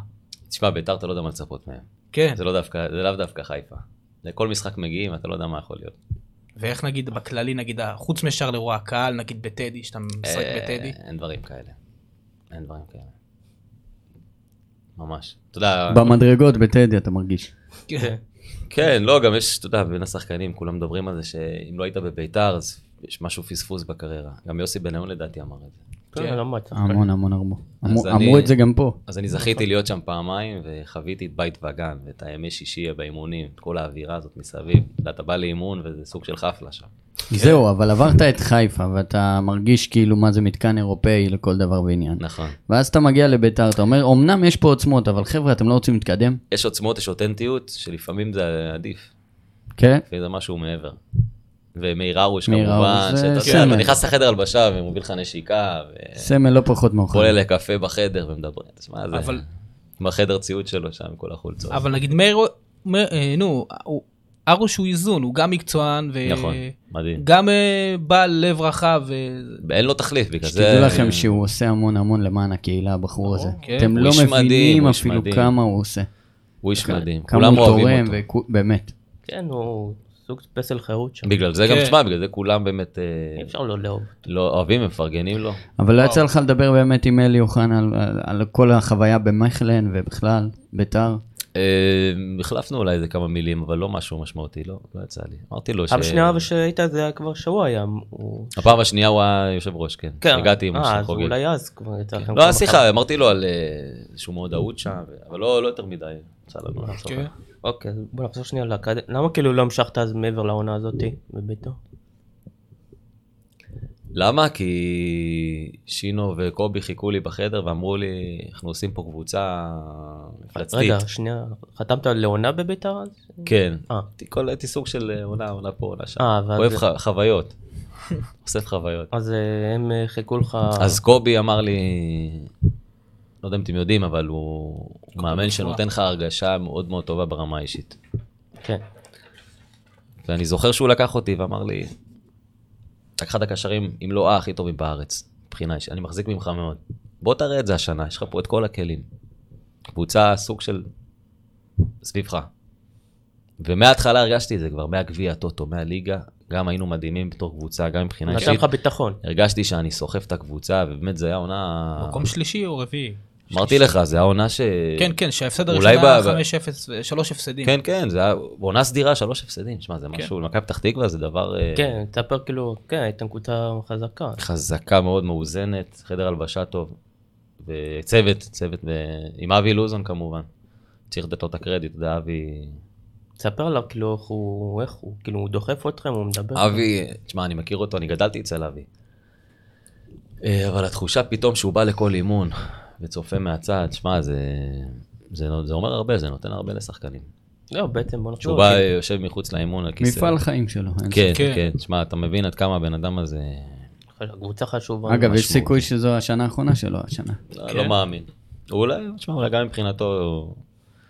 תשמע, ביתר אתה לא יודע מה לצפות מהם. כן, זה לא דווקא, זה לאו דווקא חיפה. לכל משחק מגיעים, אתה לא יודע מה יכול להיות. ואיך נגיד בכללי, נגיד, ה- חוץ משאר לרוע הקהל, נגיד בטדי, שאתה משחק אה, בטדי, אין דברים כאלה. אין דברים כאלה. ממש. אתה יודע, במדרגות בטדי אתה מרגיש. כן. כן, לא, גם יש, אתה יודע, בין השחקנים, כולם מדברים על זה שאם לא היית בביתר, אז יש משהו פספוס בקריירה. גם יוסי בניון לדעתי אמר את זה. כן, למדת. המון המון המון. אוקיי. אז אני- אמרו את זה גם פה. אז אני נכון. זכיתי להיות שם פעמיים, וחוויתי את בית וגן, ואת הימי שישי באימונים, את כל האווירה הזאת מסביב. אתה יודע, אתה בא לאימון, וזה סוג של חפלה שם. זהו, אבל עברת את חיפה ואתה מרגיש כאילו מה זה מתקן אירופאי לכל דבר ועניין. נכון. ואז אתה מגיע לביתר, אתה אומר, אמנם יש פה עוצמות, אבל חבר'ה, אתם לא רוצים להתקדם? יש עוצמות, יש אותנטיות, שלפעמים זה עדיף. כן? לפעמים זה משהו מעבר. ומאיר הרוש מאיר כמובן, הרוש, זה שאתה יודע, סמל. אתה נכנס לחדר הלבשה ומוביל לך נשיקה, סמל לא פחות מאוחר. וכל אלה קפה בחדר ומדברים, תשמע, זה אבל- בחדר ציוד שלו שם, עם כל החולצות. אבל נגיד מאיר, מאיר- אה, נו, הוא- ארוש הוא איזון, הוא גם מקצוען, נכון, אה, מדהים. וגם בעל לב רחב. אה, ו- אין לו תחליף, בגלל זה... שתדעו לכם שהוא עושה המון המון למען הקהילה, הבחור הזה. כן. אתם אוקיי. הוא לא איש מדהים, מבינים הוא איש אפילו מדהים. כמה הוא עושה. הוא איש מדהים, כמה כולם הוא אוהבים תורם, אותו. וכו- באמת. כן, הוא סוג פסל חירות שם. בגלל זה גם, כן. תשמע, בגלל זה כולם באמת אה, אי אפשר לא לאהוב. לא אוהבים ומפרגנים לו. אבל לא יצא לך לדבר באמת עם אלי אוחנה על- על- על כל החוויה במכלן ובכלל, ביתר. אה, החלפנו אולי איזה כמה מילים, אבל לא משהו משמעותי, לא לא יצא לי. אמרתי לו ש... אבל שנייה אבל שהיית זה היה כבר שבוע היה. הוא- הפעם השנייה הוא היה יושב ראש, כן. כן. הגעתי עם אה, משה אז חוגג. אולי אז כבר יצא לכם. לא, כמה חברים. השיחה, אמרתי לו על אה, שהוא מאוד אהוד שם, ו- אבל לא לא יותר מדי. יצא לנו לעשות. כן. אוקיי, אז בוא נחזור שנייה לאקדמיה. למה כאילו לא המשכת אז מעבר לעונה הזאתי בביתו? למה? כי שינו וקובי חיכו לי בחדר ואמרו לי, אנחנו עושים פה קבוצה מפלצתית. רגע, שנייה, חתמת לעונה בביתר אז? כן. אה. הייתי- כל הייתי סוג של אה, עונה, עונה פה, עונה שם. אה, ואז- אוהב ח- [laughs] חוויות. אוסף חוויות. אז אה, הם אה, חיכו לך... אז קובי אמר לי, לא יודע אם אתם יודעים, אבל הוא הוא מאמן שנותן לך הרגשה מאוד מאוד טובה ברמה האישית. כן. ואני זוכר שהוא לקח אותי ואמר לי, אתה אחד הקשרים, אם לא הכי טובים בארץ, מבחינה אישית, אני מחזיק ממך מאוד. בוא תראה את זה השנה, יש לך פה את כל הכלים. קבוצה, סוג של... סביבך. ומההתחלה הרגשתי את זה כבר, מהגביע הטוטו, מהליגה, גם היינו מדהימים בתור קבוצה, גם מבחינה נתן אישית. לך אה. ביטחון. הרגשתי שאני סוחף את הקבוצה, ובאמת זו הייתה עונה... מקום שלישי או רביעי. אמרתי לך, זו הייתה עונה ש... כן, כן, שההפסד אה, אולי הראשון היה ב- ב- 5-0, ו- שלוש הפסדים. כן, כן, זה היה עונה סדירה, שלוש הפסדים. שמע, זה כן. משהו, למכבי פתח תקווה זה דבר... אה, כן, תספר כאילו, כן, הייתם קבוצה חזקה. חזקה מאוד מאוזנת, חדר הלבשה טוב, וצוות, צוות ב- עם אבי לוזון כמובן. צריך לתת לו את הקרדיט, אתה יודע, אבי... תספר עליו כאילו איך הוא, איך הוא, כאילו הוא דוחף אתכם, הוא מדבר. אבי, תשמע, אני מכיר אותו, אני גדלתי אצל אבי. אה, אבל התחושה פתאום שהוא בא לכל אימון וצופה מהצד, שמע, זה, זה, נו- זה אומר הרבה, זה נותן הרבה לשחקנים. לא, בעצם בוא נחשוב. כשהוא בא, כאילו, יושב מחוץ לאימון על כיסא. מפעל חיים שלו. אין כן, ספק. כן. כן, כן, תשמע, אתה מבין עד כמה הבן אדם הזה, כן, קבוצה חשובה. אגב, יש משמעותי. סיכוי שזו השנה האחרונה שלו, השנה. לא, לא מאמין. הוא אולי, תשמע, אולי גם מבחינתו,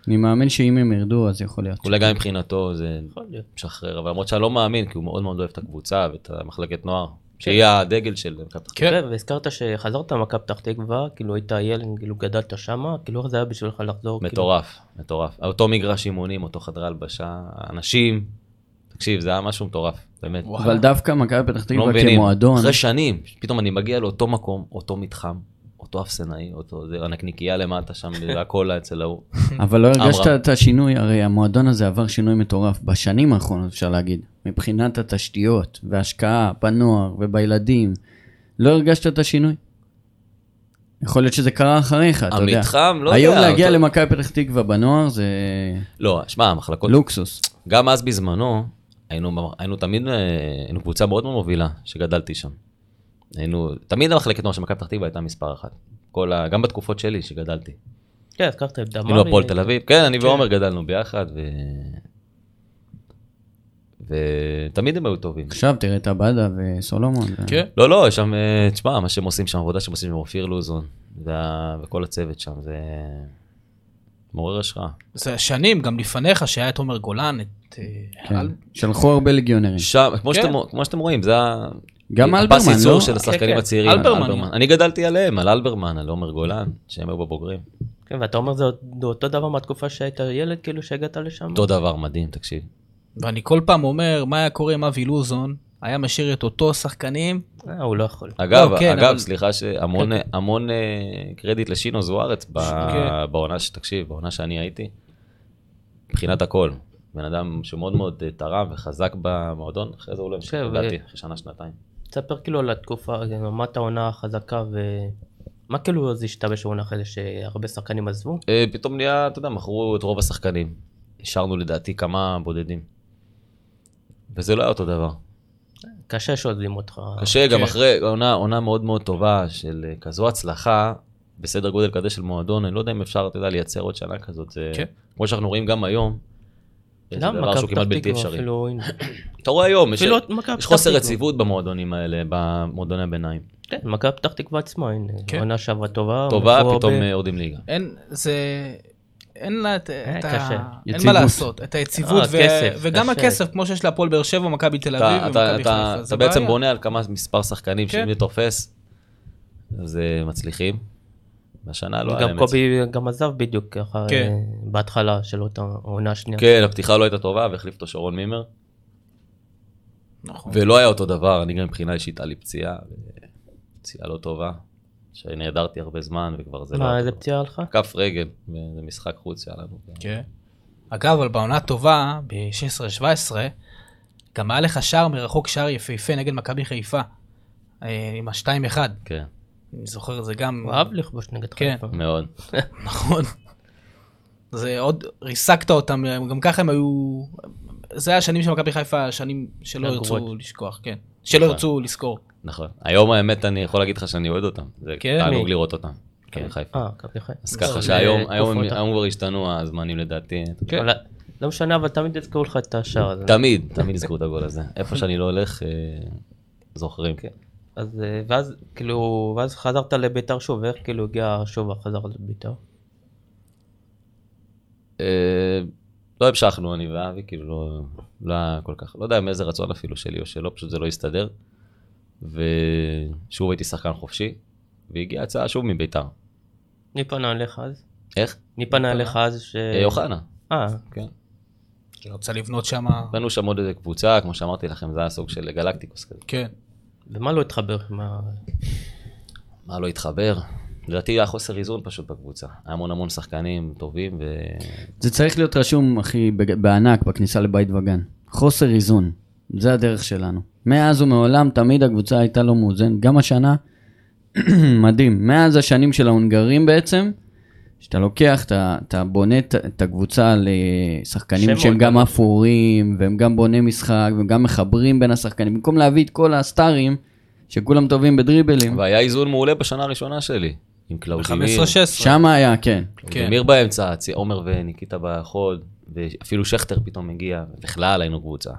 אני מאמין שאם הם ירדו, אז יכול להיות. אולי גם מבחינתו זה יכול להיות. משחרר, אבל למרות שאני לא מאמין, כי הוא מאוד מאוד אוהב את הקבוצה ואת המחלקת נוער, שהיא הדגל של מכבי פתח כן. כן, והזכרת שחזרת למכבי פתח תקווה, כאילו היית ילד, כאילו גדלת שמה, כאילו איך זה היה בשבילך לחזור? כאילו, מטורף, מטורף. אותו מגרש אימונים, אותו חדרי הלבשה, אנשים, תקשיב, זה היה משהו מטורף, באמת. אבל דווקא מכבי פתח לא תקווה מבינים. כמועדון, אחרי שנים, פתאום אני מגיע לאותו מקום, אותו מתחם, אותו אפסנאי, אותו זה, הנקניקייה למטה שם, והקולה אצל ההוא. אבל לא הרגשת עמרם. את השינוי, הרי המועדון הזה עבר שינוי מטורף בשנים האחרונות, אפשר להגיד, מבחינת התשתיות וההשקעה בנוער ובילדים. לא הרגשת את השינוי? יכול להיות שזה קרה אחריך, אתה יודע. המתחם, לא היום יודע, להגיע אותו- למכבי פתח תקווה בנוער זה לא, שמע, המחלקות, לוקסוס. גם אז בזמנו, היינו, היינו תמיד, אה, היינו קבוצה מאוד מאוד מובילה, שגדלתי שם. היינו, תמיד המחלקת נוער של מכבי פתח תקווה הייתה מספר אחת. כל ה... גם בתקופות שלי שגדלתי. כן, הזכרת את דמרי. היינו הפועל תל אביב, כן, אני ועומר גדלנו ביחד, ו... ותמיד הם היו טובים. עכשיו תראה את עבדה וסולומון. ו- כן. לא, לא, שם, אה, תשמע, מה שהם עושים שם, העבודה שהם עושים עם אופיר לוזון, וה... וכל הצוות שם, זה מעורר השראה. זה שנים, גם לפניך, שהיה את עומר גולן, את... אה, כן. אל- שלחו הרבה ליגיונרים. שם, כמו, כן. שאתם, כמו שאתם רואים, זה ה- גם הפס אלברמן, ייצור לא? של כן, השחקנים כן. הצעירים, על אלברמן. אלברמן. אני גדלתי עליהם, על אלברמן, על עומר גולן, שהם היו בבוגרים. כן, ואתה אומר זה עוד- אותו דבר מהתקופה שהיית ילד, כאילו שהגעת לשם? אותו דבר מדהים, תקשיב. ואני כל פעם אומר, מה היה קורה עם אבי לוזון? היה משאיר את אותו שחקנים, אה, הוא לא יכול. אגב, לא, כן, אגב, אבל- סליחה, שהמון המון אה, קרדיט לשינו זוארץ ב- כן. בעונה שתקשיב, בעונה שאני הייתי, מבחינת הכל. בן אדם שמאוד מאוד אה, תרם וחזק במועדון, אחרי זה הוא לא המשיך, כן, ו- לדעתי, אחרי שנה, שנתיים. תספר כאילו על התקופה, רמת העונה החזקה ו... מה כאילו זה השתבש בעונה אחרי זה שהרבה שחקנים עזבו? אה, פתאום נהיה, אתה יודע, מכרו את רוב השחקנים. השארנו לדעתי כמה בודדים. וזה לא היה אותו דבר. קשה שעוזבים אותך. קשה, גם כן. אחרי עונה, עונה מאוד מאוד טובה של אה, כזו הצלחה, בסדר גודל כזה של מועדון, אני לא יודע אם אפשר, אתה יודע, לייצר עוד שנה כזאת. זה- כן. כמו שאנחנו רואים גם היום, זה גם דבר שהוא מכבי כמעט פתח בלתי תקווה אפשרי. אפילו, הנה. אתה רואה היום, יש- אפילו לא מכבי פתח יש חוסר תקווה. יציבות במועדונים האלה, במועדוני הביניים. כן, מכבי פתח תקווה עצמה, הנה, כן. עונה שעברה טובה. טובה, מכרו פתאום לא, הרבה. אה, יורדים ליגה. אין, זה... אין לה את, את קשה. ה... אין מה יציבות. לעשות, את היציבות, אה, ו... כסף, וגם קשה. הכסף, כמו שיש להפועל באר שבע, מכבי תל אביב אתה- אתה- ומכבי אתה- חיפה, אתה זה בעצם בעיה. בונה על כמה מספר שחקנים כן. שאם זה תופס, אז אה, מצליחים. בשנה לא היה גם להם את זה. קובי גם עזב בדיוק ככה, כן. אה, בהתחלה של אותה העונה השנייה. כן, הפתיחה לא הייתה טובה, והחליף אותו שרון מימר. נכון. ולא היה אותו דבר, אני גם מבחינה אישית, היה לי פציעה, אה, פציעה לא טובה, שנעדרתי הרבה זמן, וכבר זה לא... מה, אה, איזה פציעה הלכה? Mm. כף רגל, זה משחק חוץ, היה לנו. כן. אגב, אבל בעונה טובה, ב-16-17, גם היה לך שער מרחוק, שער יפהפה נגד מכבי חיפה, אה, עם ה-2-1. כן, אני זוכר את זה גם... הוא אהב לכבוש נגד כן. חיפה. מאוד. נכון. זה עוד, ריסקת אותם, גם ככה הם היו... זה היה השנים של מכבי חיפה, השנים שלא הגרועות. ירצו לשכוח, כן. שלא ירצו לזכור. נכון. היום האמת, אני יכול להגיד לך שאני אוהד אותם. זה כן, תענוג מי? לראות אותם. כן, חיפה. אה, מכבי חיפה. אז ככה זה שהיום תקופות היום הם- אחרות. היום כבר השתנו הזמנים לדעתי. כן. אבל לא משנה, אבל תמיד יזכרו לך את השער הזה. תמיד, תמיד יזכרו את הגול הזה. איפה שאני לא הולך, אה, זוכרים. כן. אז אה, ואז כאילו, ואז חזרת לביתר שוב, ואיך כאילו הגיע שוב החזרה לביתר? אה, לא המשכנו, אני ואבי, כאילו לא, לא היה כל כך, לא יודע מאיזה רצון אפילו שלי או שלא, פשוט זה לא הסתדר. ושוב הייתי שחקן חופשי, והגיעה הצעה שוב מביתר. מי פנה אליך אז? איך? מי פנה אליך אז ש... אה, אוחנה. אה, כן. שרצה לבנות שם... בנו שם עוד איזה קבוצה, כמו שאמרתי לכם, זה היה סוג של גלקטיקוס כזה. כן. ומה לא התחבר? מה... מה לא התחבר? לדעתי היה חוסר איזון פשוט בקבוצה. היה המון המון שחקנים טובים, ו- זה צריך להיות רשום, אחי, בג- בענק, בכניסה לבית וגן. חוסר איזון. זה הדרך שלנו. מאז ומעולם תמיד הקבוצה הייתה לא מאוזנת. גם השנה, [clears throat] מדהים. מאז השנים של ההונגרים בעצם, שאתה לוקח, אתה, אתה בונה את- את הקבוצה על אה, שחקנים שמות. שהם גם אפורים, והם גם בוני משחק, והם גם מחברים בין השחקנים. במקום להביא את כל הסטארים, שכולם טובים בדריבלים, והיה איזון מעולה בשנה הראשונה שלי. עם קלאודימיר, ב-15-16. שם היה, כן. כן. אמיר באמצע, צי- עומר וניקיטה בחוד, ואפילו שכטר פתאום הגיע, בכלל היינו קבוצה.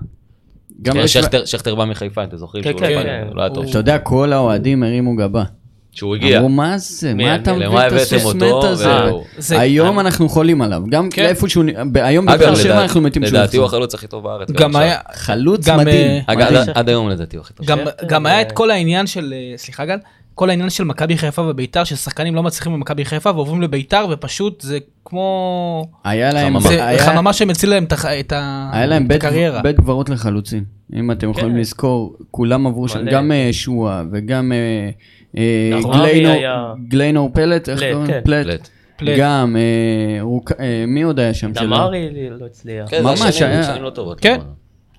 גם כן, בשו- שכטר- שכטר בא מחיפה, אם אתם זוכרים, כן, שהוא לא כן, בא- כן. לא היה טוב. אתה יודע, כל האוהדים הרימו גבה. שהוא הגיע, אמרו, מה זה? מי- מה אתה מי- מביא למה את הבאתם הסוסמט אותו?" הזה? והוא- זה- היום אנחנו חולים עליו. גם כן. איפה שהוא... נ- ב- היום אגב, בבאר שבע אנחנו לדעתי- מתים שהוא לדעתי הוא יחזור. החלוץ הכי טוב בארץ. גם עכשיו. היה... חלוץ גם, מדהים. אה, אגב, מדהים. עד- עד היום לדעתי הוא הכי טוב. גם, שכטר, גם אה, היה את כל העניין של, אה, סליחה גל, כל העניין של מכבי חיפה וביתר, ששחקנים לא מצליחים במכבי חיפה ועוברים לביתר, ופשוט זה כמו... היה להם... חממה. זה היה- חממה שמציל להם את הח- את ה- היה להם את בית- הקריירה. בית קברות לחלוצים. אם אתם כן. יכולים לזכור, כולם עברו שם. מלא. גם אה, שועה וגם אה, אה, נכון. גליינו- ארי היה- גליינור פלט, איך פלט, קוראים? כן. פלט. פלט. פלט. גם אה, רוק- אה, מי עוד היה שם? שלא- דמרי לא הצליח. כן, זה ממש השנים, היה- שנים לא טובות. כן.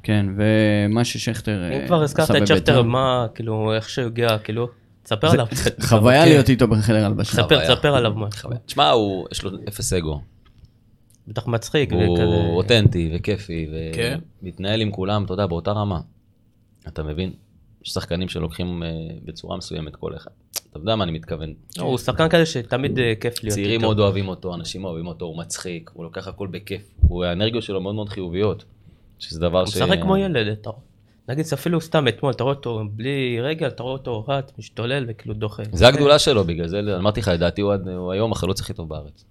כן, ומה ששכטר... אה, אם כבר הזכרת עשה את שכטר, בביתר. מה, כאילו, איך שהוא הגיע, כאילו, תספר עליו. חוויה כן. להיות איתו בחדר הלבשה. תספר, חוויה. תספר עליו משהו. תשמע, הוא- יש לו אפס אגו. בטח מצחיק, הוא וכזה. אותנטי וכיפי, כן. ומתנהל עם כולם, אתה יודע, באותה רמה. אתה מבין? יש שחקנים שלוקחים אה, בצורה מסוימת כל אחד. אתה יודע מה אני מתכוון. לא, הוא שחקן כזה שתמיד אה, כיף להיות צעירים איתו. מאוד אוהבים אותו, אנשים אוהבים אותו, הוא מצחיק, הוא לוקח הכל בכיף. הוא, האנרגיות שלו מאוד מאוד חיוביות. שזה דבר הוא ש... משחק כמו ילד, אתה רואה. נגיד אפילו סתם אתמול, אתה רואה אותו בלי רגל, אתה רואה אותו רץ, משתולל וכאילו דוחה. זה הגדולה שלו, בגלל זה אמרתי לך, לדעתי הוא עד- הוא היום החלוץ הכי טוב בארץ.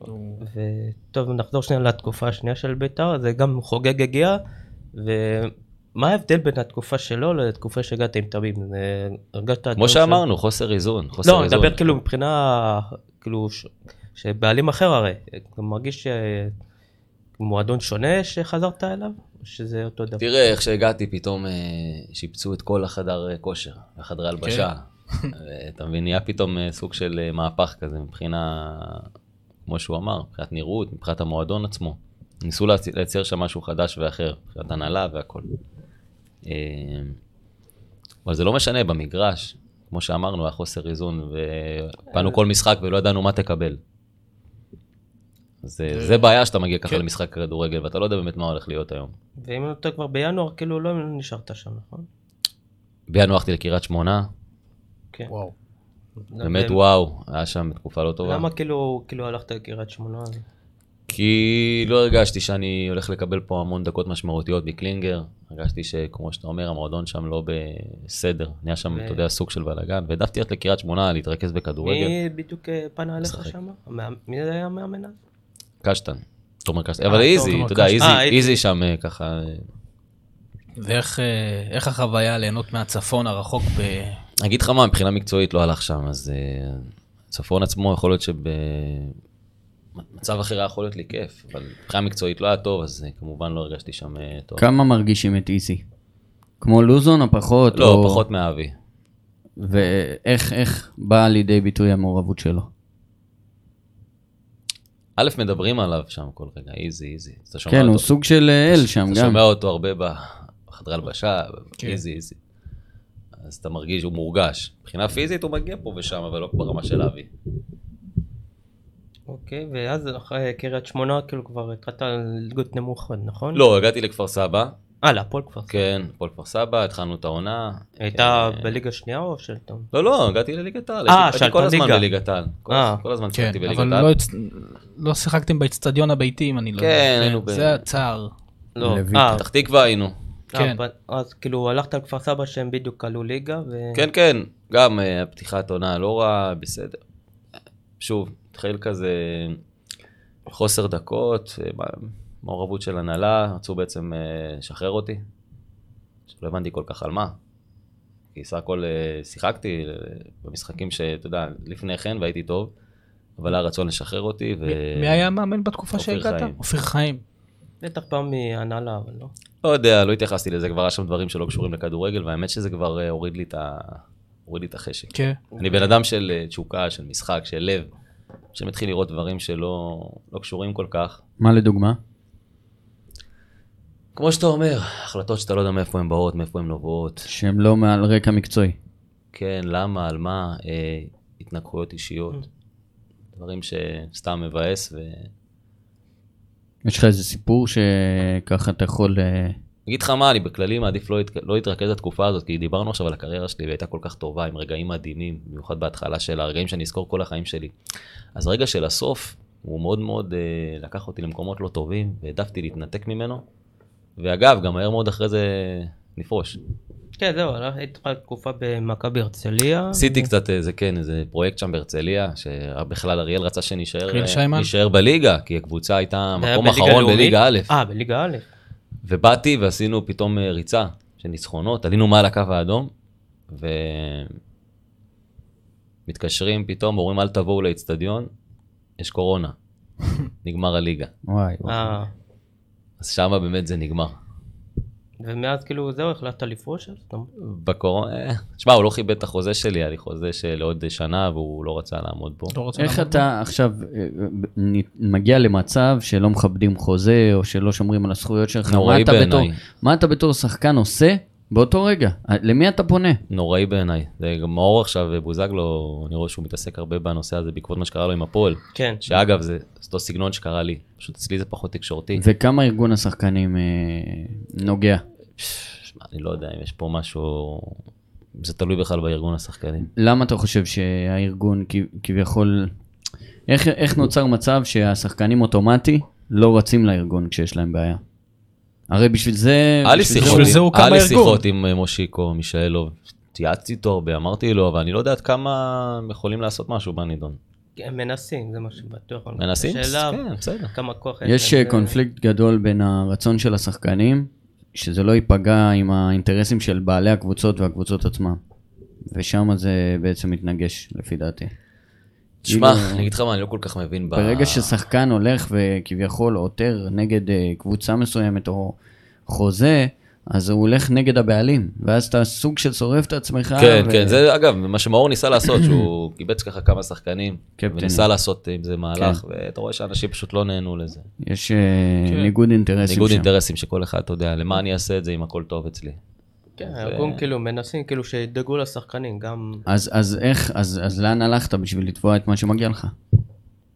וטוב, נחזור שנייה לתקופה השנייה של ביתר, זה גם חוגג הגיע, ומה ההבדל בין התקופה שלו לתקופה שהגעת עם תמים? זה- הרגשת... כמו שאמרנו, חוסר איזון, חוסר לא, איזון. אני מדבר כאילו מבחינה, כאילו, ש- שבעלים אחר הרי, אתה מרגיש מועדון שונה שחזרת אליו, או שזה אותו דבר? תראה איך שהגעתי, פתאום אה, שיפצו את כל החדר אה, כושר, החדרי הלבשה. אה, [laughs] אתה מבין, נהיה פתאום אה, סוג של אה, מהפך כזה מבחינה, כמו שהוא אמר, מבחינת נראות, מבחינת המועדון עצמו. ניסו להצ- לייצר שם משהו חדש ואחר, מבחינת הנהלה והכל. אה, אבל זה לא משנה, במגרש, כמו שאמרנו, היה חוסר איזון, ובאנו כל משחק ולא ידענו מה תקבל. זה, זה בעיה שאתה מגיע ככה כן. למשחק כדורגל, ואתה לא יודע באמת מה הולך להיות היום. ואם אני לא טועה כבר בינואר, כאילו לא נשארת שם, נכון? בינואר הלכתי לקריית שמונה, כן. וואו. באמת וואו, היה שם תקופה לא טובה. למה כאילו, כאילו הלכת לקריית שמונה? כי לא הרגשתי שאני הולך לקבל פה המון דקות משמעותיות מקלינגר. הרגשתי שכמו שאתה אומר, המועדון שם לא בסדר. נהיה שם, ו- אתה יודע, סוג של בלאגן. והעדפתי ללכת לקריית שמונה, להתרכז בכדורגל. מי בדיוק אה, פנה אליך משחק. שם? המאמן- מי זה היה המאמן? אז? קשטן. תומר קשטן. אה, אבל איזי, תומר אתה יודע, קשטן. איזי- אה, איזי. איזי שם אה, ככה... אה, ואיך אה, איך החוויה ליהנות מהצפון הרחוק ב... אני אגיד לך מה, מבחינה מקצועית לא הלך שם, אז אה, צפון עצמו יכול להיות שבמצב אחר היה יכול להיות לי כיף, אבל מבחינה מקצועית לא היה טוב, אז אה, כמובן לא הרגשתי שם אה, טוב. כמה מרגישים את איזי? כמו לוזון או פחות? לא, או- פחות מאבי. ואיך איך באה לידי ביטוי המעורבות שלו? א', מדברים עליו שם כל רגע, איזי, איזי. אתה שומע כן, הוא אותו- סוג של אה, אל שם אתה גם. שומע אותו הרבה בחדרי הלבשה, כן. איזי, איזי. אז אתה מרגיש, הוא מורגש. מבחינה פיזית הוא מגיע פה ושם, אבל לא ברמה של אבי. אוקיי, ואז אחרי קריית שמונה, כאילו כבר התחלת ליגות נמוכות, נכון? לא, הגעתי לכפר סבא, אה, להפועל כבר. כן, הפועל כפר סבא, התחלנו את העונה. הייתה אה, בליגה שנייה או שלטון? לא, לא, הגעתי לליגת העל. אה, הייתי- הייתי שאלת כל הזמן ליגה. בליגת העל. כל- אה. כל הזמן כן, שיחקתי בליגת אבל לא העל. הצ- לא שיחקתם באצטדיון הביתי, אם אני לא כן, היינו יודע. ב- זה- זה הצער. לא, לויטה. אה, פתח תקווה היינו. כן. אה, ב- אז כאילו הלכת לכפר סבא שהם בדיוק עלו ליגה, ו... כן, כן, גם אה, פתיחת עונה לא רע, בסדר. שוב, התחיל כזה חוסר דקות, אה, מה- מעורבות של הנהלה, רצו בעצם אה, לשחרר אותי. שלא הבנתי כל כך על מה. כי סך הכל אה, שיחקתי אה, במשחקים שאתה יודע, לפני כן והייתי טוב, אבל היה רצון לשחרר אותי. ו... מי- מי היה המאמן בתקופה אופיר שהגעת? חיים. אופיר חיים. בטח פעם מהנהלה, אבל לא. לא יודע, לא התייחסתי לזה, כבר היה שם דברים שלא קשורים לכדורגל, והאמת שזה כבר אה, הוריד לי את, ה... הוריד לי את החשק. כן. אני בן אדם של אה, תשוקה, של משחק, של לב, שמתחיל לראות דברים שלא לא קשורים כל כך. מה לדוגמה? כמו שאתה אומר, החלטות שאתה לא יודע מאיפה הן באות, מאיפה הן נובעות, שהם לא מעל רקע מקצועי. כן, למה, על מה, אה, התנגחויות אישיות, דברים שסתם מבאס. ו... יש לך איזה סיפור שככה אתה יכול... אה, אגיד לך מה, אני בכללי מעדיף לא, התק... לא להתרכז בתקופה הזאת, כי דיברנו עכשיו על הקריירה שלי, והייתה כל כך טובה, עם רגעים מדהימים, במיוחד בהתחלה שלה, הרגעים שאני אזכור כל החיים שלי. אז רגע של הסוף, הוא מאוד מאוד אה, לקח אותי למקומות לא טובים, והעדפתי להתנתק ממנו. ואגב, גם מהר מאוד אחרי זה נפרוש. כן, זהו, הלך- הייתי לך תקופה במכבי הרצליה. עשיתי קצת איזה, כן, איזה פרויקט שם בהרצליה, שבכלל אריאל רצה שנשאר אריאל אה, שיימן? נשאר בליגה, כי הקבוצה הייתה זה היה מקום בליגה אחרון לאומית? בליגה א'. אה, בליגה א'. ובאתי ועשינו פתאום אה, ריצה של ניצחונות, עלינו מעל הקו האדום, ומתקשרים פתאום, אומרים אל תבואו לאצטדיון, יש קורונה, נגמר הליגה. וואי, וואי. אה, אז שמה באמת זה נגמר. ומאז כאילו זהו, החלטת לפרוש? אז אתה- בקורונה, אה, תשמע, הוא לא כיבד את החוזה שלי, היה לי חוזה שלעוד שנה והוא לא רצה לעמוד בו. לא רוצה איך לעמוד. אתה עכשיו אה, נ- מגיע למצב שלא מכבדים חוזה, או שלא שומרים על הזכויות שלך? מה נוראי אתה בתור- בעיניי. מה אתה בתור שחקן עושה באותו רגע? אה, למי אתה פונה? נוראי בעיניי. זה גם מאור עכשיו, אה, בוזגלו, אני רואה שהוא מתעסק הרבה בנושא הזה בעקבות מה שקרה לו עם הפועל. כן. שאגב, זה אותו סגנון שקרה לי, פשוט אצלי זה פחות תקשורתי. וכמה ארגון השחקנים אה, נוגע? שמע, אני לא יודע אם יש פה משהו... זה תלוי בכלל בארגון השחקנים. למה אתה חושב שהארגון כ- כביכול... איך, איך נוצר מצב שהשחקנים אוטומטי לא רצים לארגון כשיש להם בעיה? הרי בשביל זה... היה לי בשביל שיחות, זה הוא היה קם לי בארגון. שיחות עם אה, מושיקו, מישאלוב, התייעצתי איתו הרבה, אמרתי לו, אבל אני לא יודע עד כמה הם יכולים לעשות משהו בנידון. הם מנסים, זה מה שבטוח. אבל מנסים? השאלה, כן, בסדר. כמה כוח יש להם, אה, זה- קונפליקט גדול בין הרצון של השחקנים, שזה לא ייפגע עם האינטרסים של בעלי הקבוצות והקבוצות עצמם. ושם זה בעצם מתנגש, לפי דעתי. תשמע, כאילו- אני אגיד לך מה, אני לא כל כך מבין ב... ברגע ששחקן הולך וכביכול עותר נגד אה, קבוצה מסוימת או חוזה, אז הוא הולך נגד הבעלים, ואז אתה סוג של שורף את עצמך. כן, ו- כן, זה אגב, מה שמאור ניסה לעשות, [coughs] שהוא קיבץ ככה כמה שחקנים, קפטנים. וניסה לעשות עם זה כן. מהלך, ואתה רואה שאנשים פשוט לא נהנו לזה. יש אה, כן. ניגוד אינטרסים ניגוד שם. אינטרסים שכל אחד, אתה יודע, למה אני אעשה את זה אם הכל טוב אצלי? כן, הארגון כאילו מנסים כאילו שידאגו לשחקנים, גם... אז, אז איך, אז, אז לאן הלכת בשביל לתבוע את מה שמגיע לך?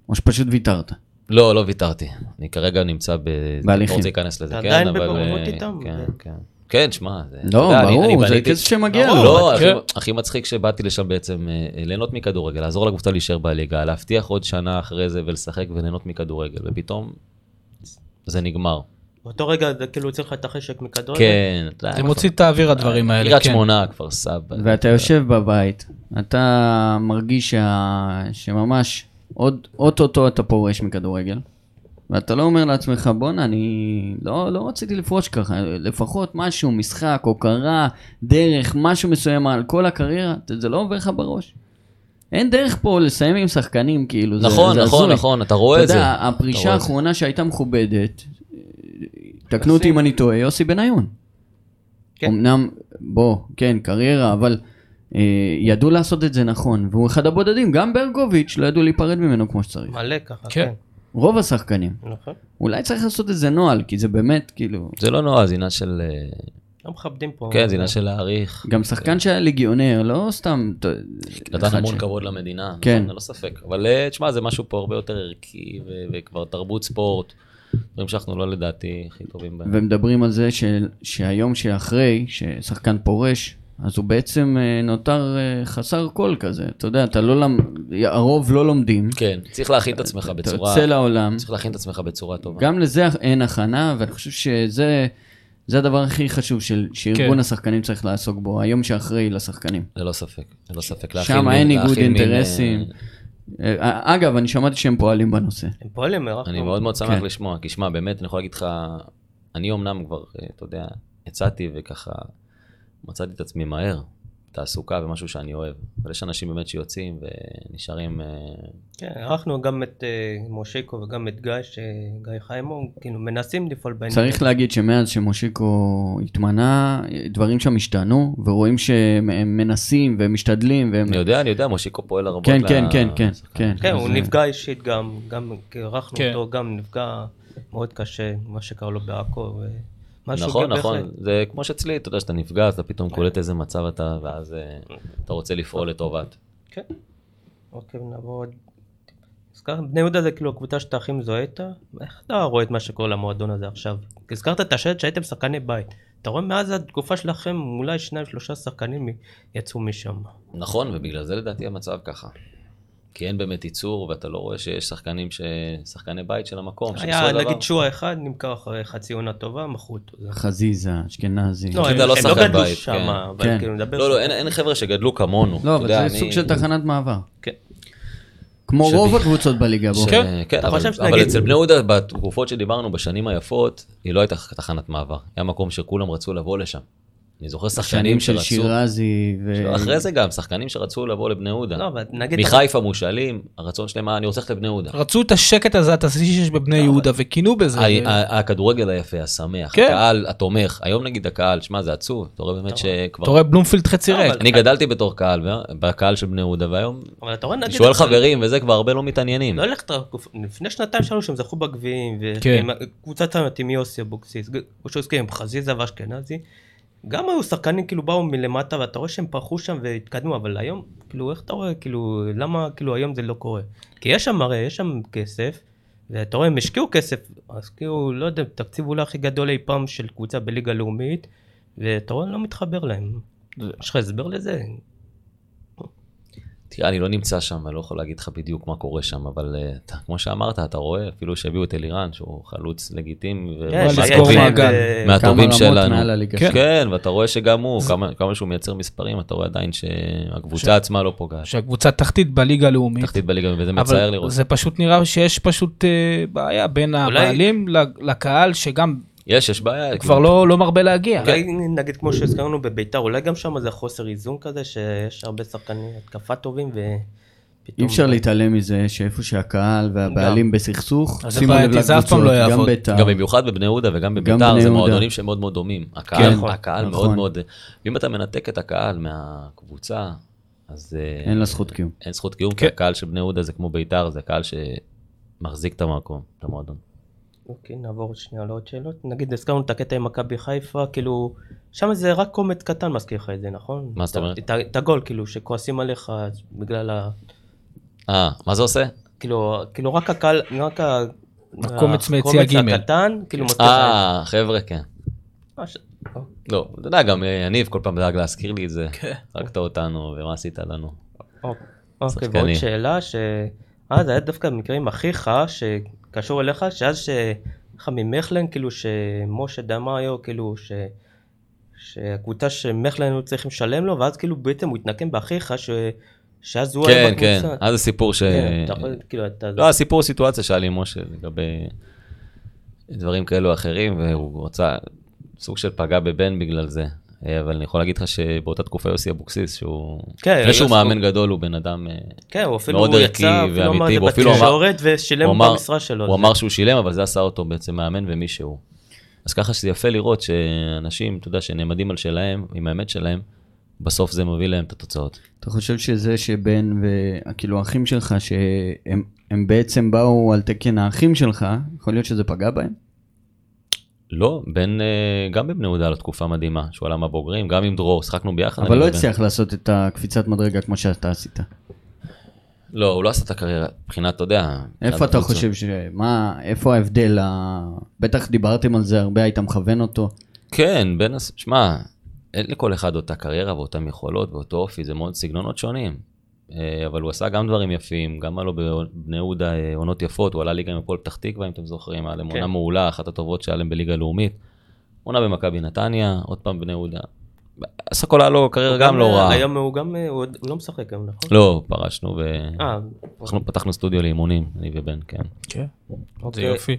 או שפשוט ויתרת. לא, לא ויתרתי. אני כרגע נמצא ב... בהליכים. לא רוצה להיכנס לזה, אתה כן, עדיין אבל... בבוררות אה, איתם? כן, זה- כן. כן, שמע, זה- אתה לא, יודע, אני- אני ברור, זה בניתי- כסף שמגיע לו. לא, הכי- אוקיי. כן. הכי מצחיק שבאתי לשם בעצם אה, אה, ליהנות מכדורגל, לעזור לקבוצה להישאר בליגה, להבטיח עוד שנה אחרי זה ולשחק וליהנות מכדורגל, ופתאום זה נגמר. באותו רגע זה כאילו יוצא לך את החשק מכדורגל. כן, אתה יודע, זה כפר- מוציא את האוויר הדברים האלה, אה, קריית כן. שמונה, כפר סבא. ואתה יושב בבית, אתה מרגיש שה... שממש עוד אוטוטו אתה פורש מכדורגל, ואתה לא אומר לעצמך, בואנה, אני לא, לא רציתי לפרוש ככה, לפחות משהו, משחק, הוקרה, דרך, משהו מסוים על כל הקריירה, זה זה לא עובר לך בראש. אין דרך פה לסיים עם שחקנים, כאילו, זה- נכון, זה נכון, הזוי. נכון, אתה רואה את זה. אתה יודע, אתה הפרישה רואה את זה. האחרונה שהייתה מכובדת, תקנו אותי אם אני טועה, יוסי בניון. כן. אמנם, בוא, כן, קריירה, אבל אה, ידעו לעשות את זה נכון, והוא אחד הבודדים, גם ברקוביץ' לא ידעו להיפרד ממנו כמו שצריך. מלא ככה, כן. כן. רוב השחקנים. נכון. אולי צריך לעשות איזה נוהל, כי זה באמת, כאילו... זה לא נורא, זה עניין של... אה, לא מכבדים פה. כן, זה עניין של להעריך. גם שחקן שהיה ליגיונר, לא סתם... ת- נתן אחד המון ש- כבוד למדינה, כן. נכון? ללא ספק. אבל אה, תשמע, זה משהו פה הרבה יותר ערכי, ו- וכבר תרבות ספורט. דברים שאנחנו לא לדעתי הכי טובים בהם. ומדברים על זה של, שהיום שאחרי, ששחקן פורש, אז הוא בעצם אה, נותר אה, חסר כל כזה. אתה יודע, אתה לא למ... הרוב לא לומדים. כן, צריך להכין את עצמך אה, אתה בצורה... יוצא לעולם. צריך להכין את עצמך בצורה טובה. גם לזה אין הכנה, ואני חושב שזה זה הדבר הכי חשוב של, שארגון כן. השחקנים צריך לעסוק בו, היום שאחרי לשחקנים. ללא ספק, ללא ספק. להכין שם מין- אין להכין ניגוד מין, אה, אינטרסים. אה, אגב, אני שמעתי שהם פועלים בנושא. הם פועלים, אנחנו... אני מאוד מאוד שמח כן. לשמוע, כי שמע, באמת, אני יכול להגיד לך, אני אמנם כבר, אה, אתה יודע, יצאתי וככה מצאתי את עצמי מהר, תעסוקה ומשהו שאני אוהב. אבל יש אנשים באמת שיוצאים ונשארים, אה, כן, ערכנו גם את אה, מושיקו וגם את גיא, ש- גיא חיימו, כאילו מנסים לפעול בעניין. צריך להגיד שמאז שמושיקו התמנה, אה, דברים שם השתנו, ורואים שהם הם מנסים והם משתדלים, והם... אני יודע, אני יודע, מושיקו פועל הרבה. כן, כן, כן, כן, כן. כן, אז, הוא אה, נפגע אישית גם, גם כי ערכנו כן. אותו, גם נפגע מאוד קשה, מה שקרה לו בעכו. ו- משהו כן, נכון, בהחלט. נכון, זה כמו שאצלי, אתה יודע, שאתה נפגע, אז אתה פתאום קולט איזה מצב אתה, ואז אה, אתה רוצה לפעול לטובת. כן. אוקיי, נעבור עוד. הזכרת, בני יהודה זה כאילו הקבוצה שאתה הכי מזוהה איתה, איך אתה רואה את מה שקורה למועדון הזה עכשיו? כי הזכרת את השלט שהייתם שחקני בית. אתה רואה מאז התקופה שלכם אולי שניים שלושה שחקנים יצאו משם. נכון, ובגלל זה לדעתי המצב ככה. כי אין באמת ייצור, ואתה לא רואה שיש שחקנים, ש... שחקני בית של המקום, היה נגיד שועה אחד נמכר אחרי חצי עונה טבה, מכרו אותו. זה- חזיזה, אשכנזי. לא, הם אתה לא הם לא שחקן גדלו בית, כן. שם, כן. אבל כאילו נדבר... לא, לא, אין, אין חבר'ה שגדלו כמונו. לא, אתה יודע, אבל זה אני- סוג של תחנת מעבר. כן. כמו שבי. רוב הקבוצות בליגה, בוא. ש... כן. כן, כן אתה אבל, חושב אבל שנגיד- אצל בני יהודה, בתקופות שדיברנו, בשנים היפות, היא לא הייתה תחנת מעבר. היה מקום שכולם רצו לבוא לשם. אני זוכר שנים שחקנים של שרצו... שירזי ו... לא, אחרי זה גם, שחקנים שרצו לבוא לבני יהודה. לא, אבל נגיד... מחיפה מושאלים, הרצון שלהם היה, אני רוצה ללכת לבני יהודה. רצו את השקט הזה, התעשי שיש בבני יהודה, וכינו בזה. ה- ה- הכדורגל היפה, השמח, כן. הקהל התומך, היום נגיד הקהל, שמע זה עצוב, אתה רואה באמת שכבר, אתה רואה בלומפילד חצי לא, ריק. אבל- אני גדלתי בתור קהל, ו- בקהל של בני יהודה, והיום, אבל אתה רואה אני נגיד... שואל חברים וזה כבר הרבה לא מתעניינים, לא הולך תקוף, לפני שנתיים שלוש הם זכו בגביעים, כן. וקבוצת העונות עם יוסי אבוקסיס, ג- כמו שהוזכרים, עם חזיזה ואשכנזי, גם היו שחקנים כאילו באו מלמטה ואתה רואה שהם פרחו שם והתקדמו, אבל היום, כאילו איך אתה רואה, כאילו למה כאילו היום זה לא קורה? כי יש שם הרי, יש שם כסף, ואתה רואה הם השקיעו כסף, אז כאילו לא יודע, תקציב אולי הכי גדול אי פעם של קבוצה בליגה לאומית, ואתה רואה לא מתחבר להם. יש לך הסבר לזה? תראה, אני לא נמצא שם, אני לא יכול להגיד לך בדיוק מה קורה שם, אבל אה, אתה- כמו שאמרת, אתה רואה, אפילו שהביאו את אלירן, שהוא חלוץ לגיטימי, ו- יש, מהטובים- לזכור יש להם, מעגל. אה, מהטובים כמה רמות שלנו, מעל הליגה כן. שלנו. כן, ואתה רואה שגם הוא, כמה- כמה שהוא מייצר מספרים, אתה רואה עדיין שהקבוצה עצמה לא פוגעת, שהקבוצה תחתית בליגה הלאומית. תחתית בליגה, וזה מצער אבל לראות. זה פשוט נראה שיש פשוט אה, בעיה בין אולי- הבעלים ל- לקהל, שגם יש, יש בעיה, כבר לא לא מרבה להגיע. כן, כן. אולי נגיד כמו שהזכרנו בביתר, אולי גם שם זה חוסר איזון כזה, שיש הרבה שחקני התקפה טובים ופתאום... אי אפשר להתעלם מזה שאיפה שהקהל והבעלים בסכסוך, אז זה שימו לב בעייתי, זה אף פעם לקבוצות, לא גם יעבוד. בית"ר. גם במיוחד בבני יהודה וגם בני בביתר, זה יהודה. מועדונים שהם מאוד מאוד דומים. הקהל, נכון. הקהל נכון. מאוד מאוד, אם אתה מנתק את הקהל מהקבוצה, אז אה, אין לה זכות קיום. אין זכות קיום, כי כן. הקהל של בני יהודה זה כמו ביתר, זה קהל שמחזיק את המקום, את המועדון. אוקיי, נעבור שנייה לעוד שאלות. נגיד הזכרנו את הקטע עם מכבי חיפה, כאילו, שם זה רק קומץ קטן מזכיר לך את זה, נכון? מה זאת אומרת? את ה- את הגול, כאילו, שכועסים עליך בגלל ה... אה, מה זה עושה? כאילו, כאילו רק הקהל, רק ה... הקומץ מיציע ג'. הקומץ הקטן, כאילו, מוצא אה, חבר'ה, כן. לך- אה, ש- לא, אתה יודע, גם אה, יניב כל פעם דאג להזכיר לי את זה. כן. הרגת אותנו, ומה עשית לנו? אוקיי, שחקני. ועוד שאלה, שאז היה דווקא מקרה עם אחיך, שקשור אליך, שאז ש... איך ממכלן, כאילו שמשה דמאיו, כאילו ש... שהקבוצה שמכלן היו צריכים לשלם לו, ואז כאילו בעצם הוא התנקם באחיך, ש... שאז הוא היה כן, כן, בקבוצה. אז הסיפור ש... כן, אתה יכול, כאילו, אתה... לא, הסיפור סיטואציה שהיה לי עם משה לגבי דברים כאלו או אחרים, והוא רצה, סוג של פגע בבן בגלל זה. אה, אבל אני יכול להגיד לך שבאותה תקופה יוסי אבוקסיס, שהוא, כן, לפני שהוא יוסי- מאמן גדול, הוא בן אדם, אה, כן, הוא אפילו מאוד הוא ערכי יצא, אפילו לא אמר את ואמיתי, זה והוא אפילו אמר- בתקשורת, ושילם הוא הוא אמר- במשרה שלו. הוא לא, זה- אמר שהוא שילם, אבל זה עשה אותו בעצם מאמן ומי שהוא. אז ככה שזה יפה לראות שאנשים, אתה יודע, שנעמדים על שלהם, עם האמת שלהם, בסוף זה מביא להם את התוצאות. אתה חושב שזה שבן וכאילו האחים שלך, שהם הם בעצם באו על תקן האחים שלך, יכול להיות שזה פגע בהם? לא, בן, אה, גם בבני יהודה לתקופה מדהימה, שהוא עלה מהבוגרים, גם עם דרור, שחקנו ביחד. אבל אני לא ובן. הצליח לעשות את הקפיצת מדרגה כמו שאתה עשית. לא, הוא לא עשה את הקריירה, מבחינת, אתה יודע. מבחינת איפה אתה החוצה. חושב ש... מה, איפה ההבדל? ה... בטח דיברתם על זה הרבה, היית מכוון אותו. כן, בן, הס- שמע, אין לכל אחד אותה קריירה ואותן יכולות ואותו אופי, זה מאוד סגנונות שונים. אה, אבל הוא עשה גם דברים יפים, גם היה לו בבני יהודה אה, עונות יפות, הוא עלה ליגה עם הפועל פתח תקווה, אם אתם זוכרים, היה להם כן. עונה מעולה, אחת הטובות שהיה להם בליגה הלאומית. עונה במכבי נתניה, עוד פעם בני יהודה. בסך הכל היה לו קריירה גם לא רעה. אה, היום הוא גם, הוא עוד- הוא לא משחק היום, נכון? לא, פרשנו, ו... אה, אנחנו פתחנו סטודיו לאימונים, אני ובן, כן. כן. זה אוקיי. יופי.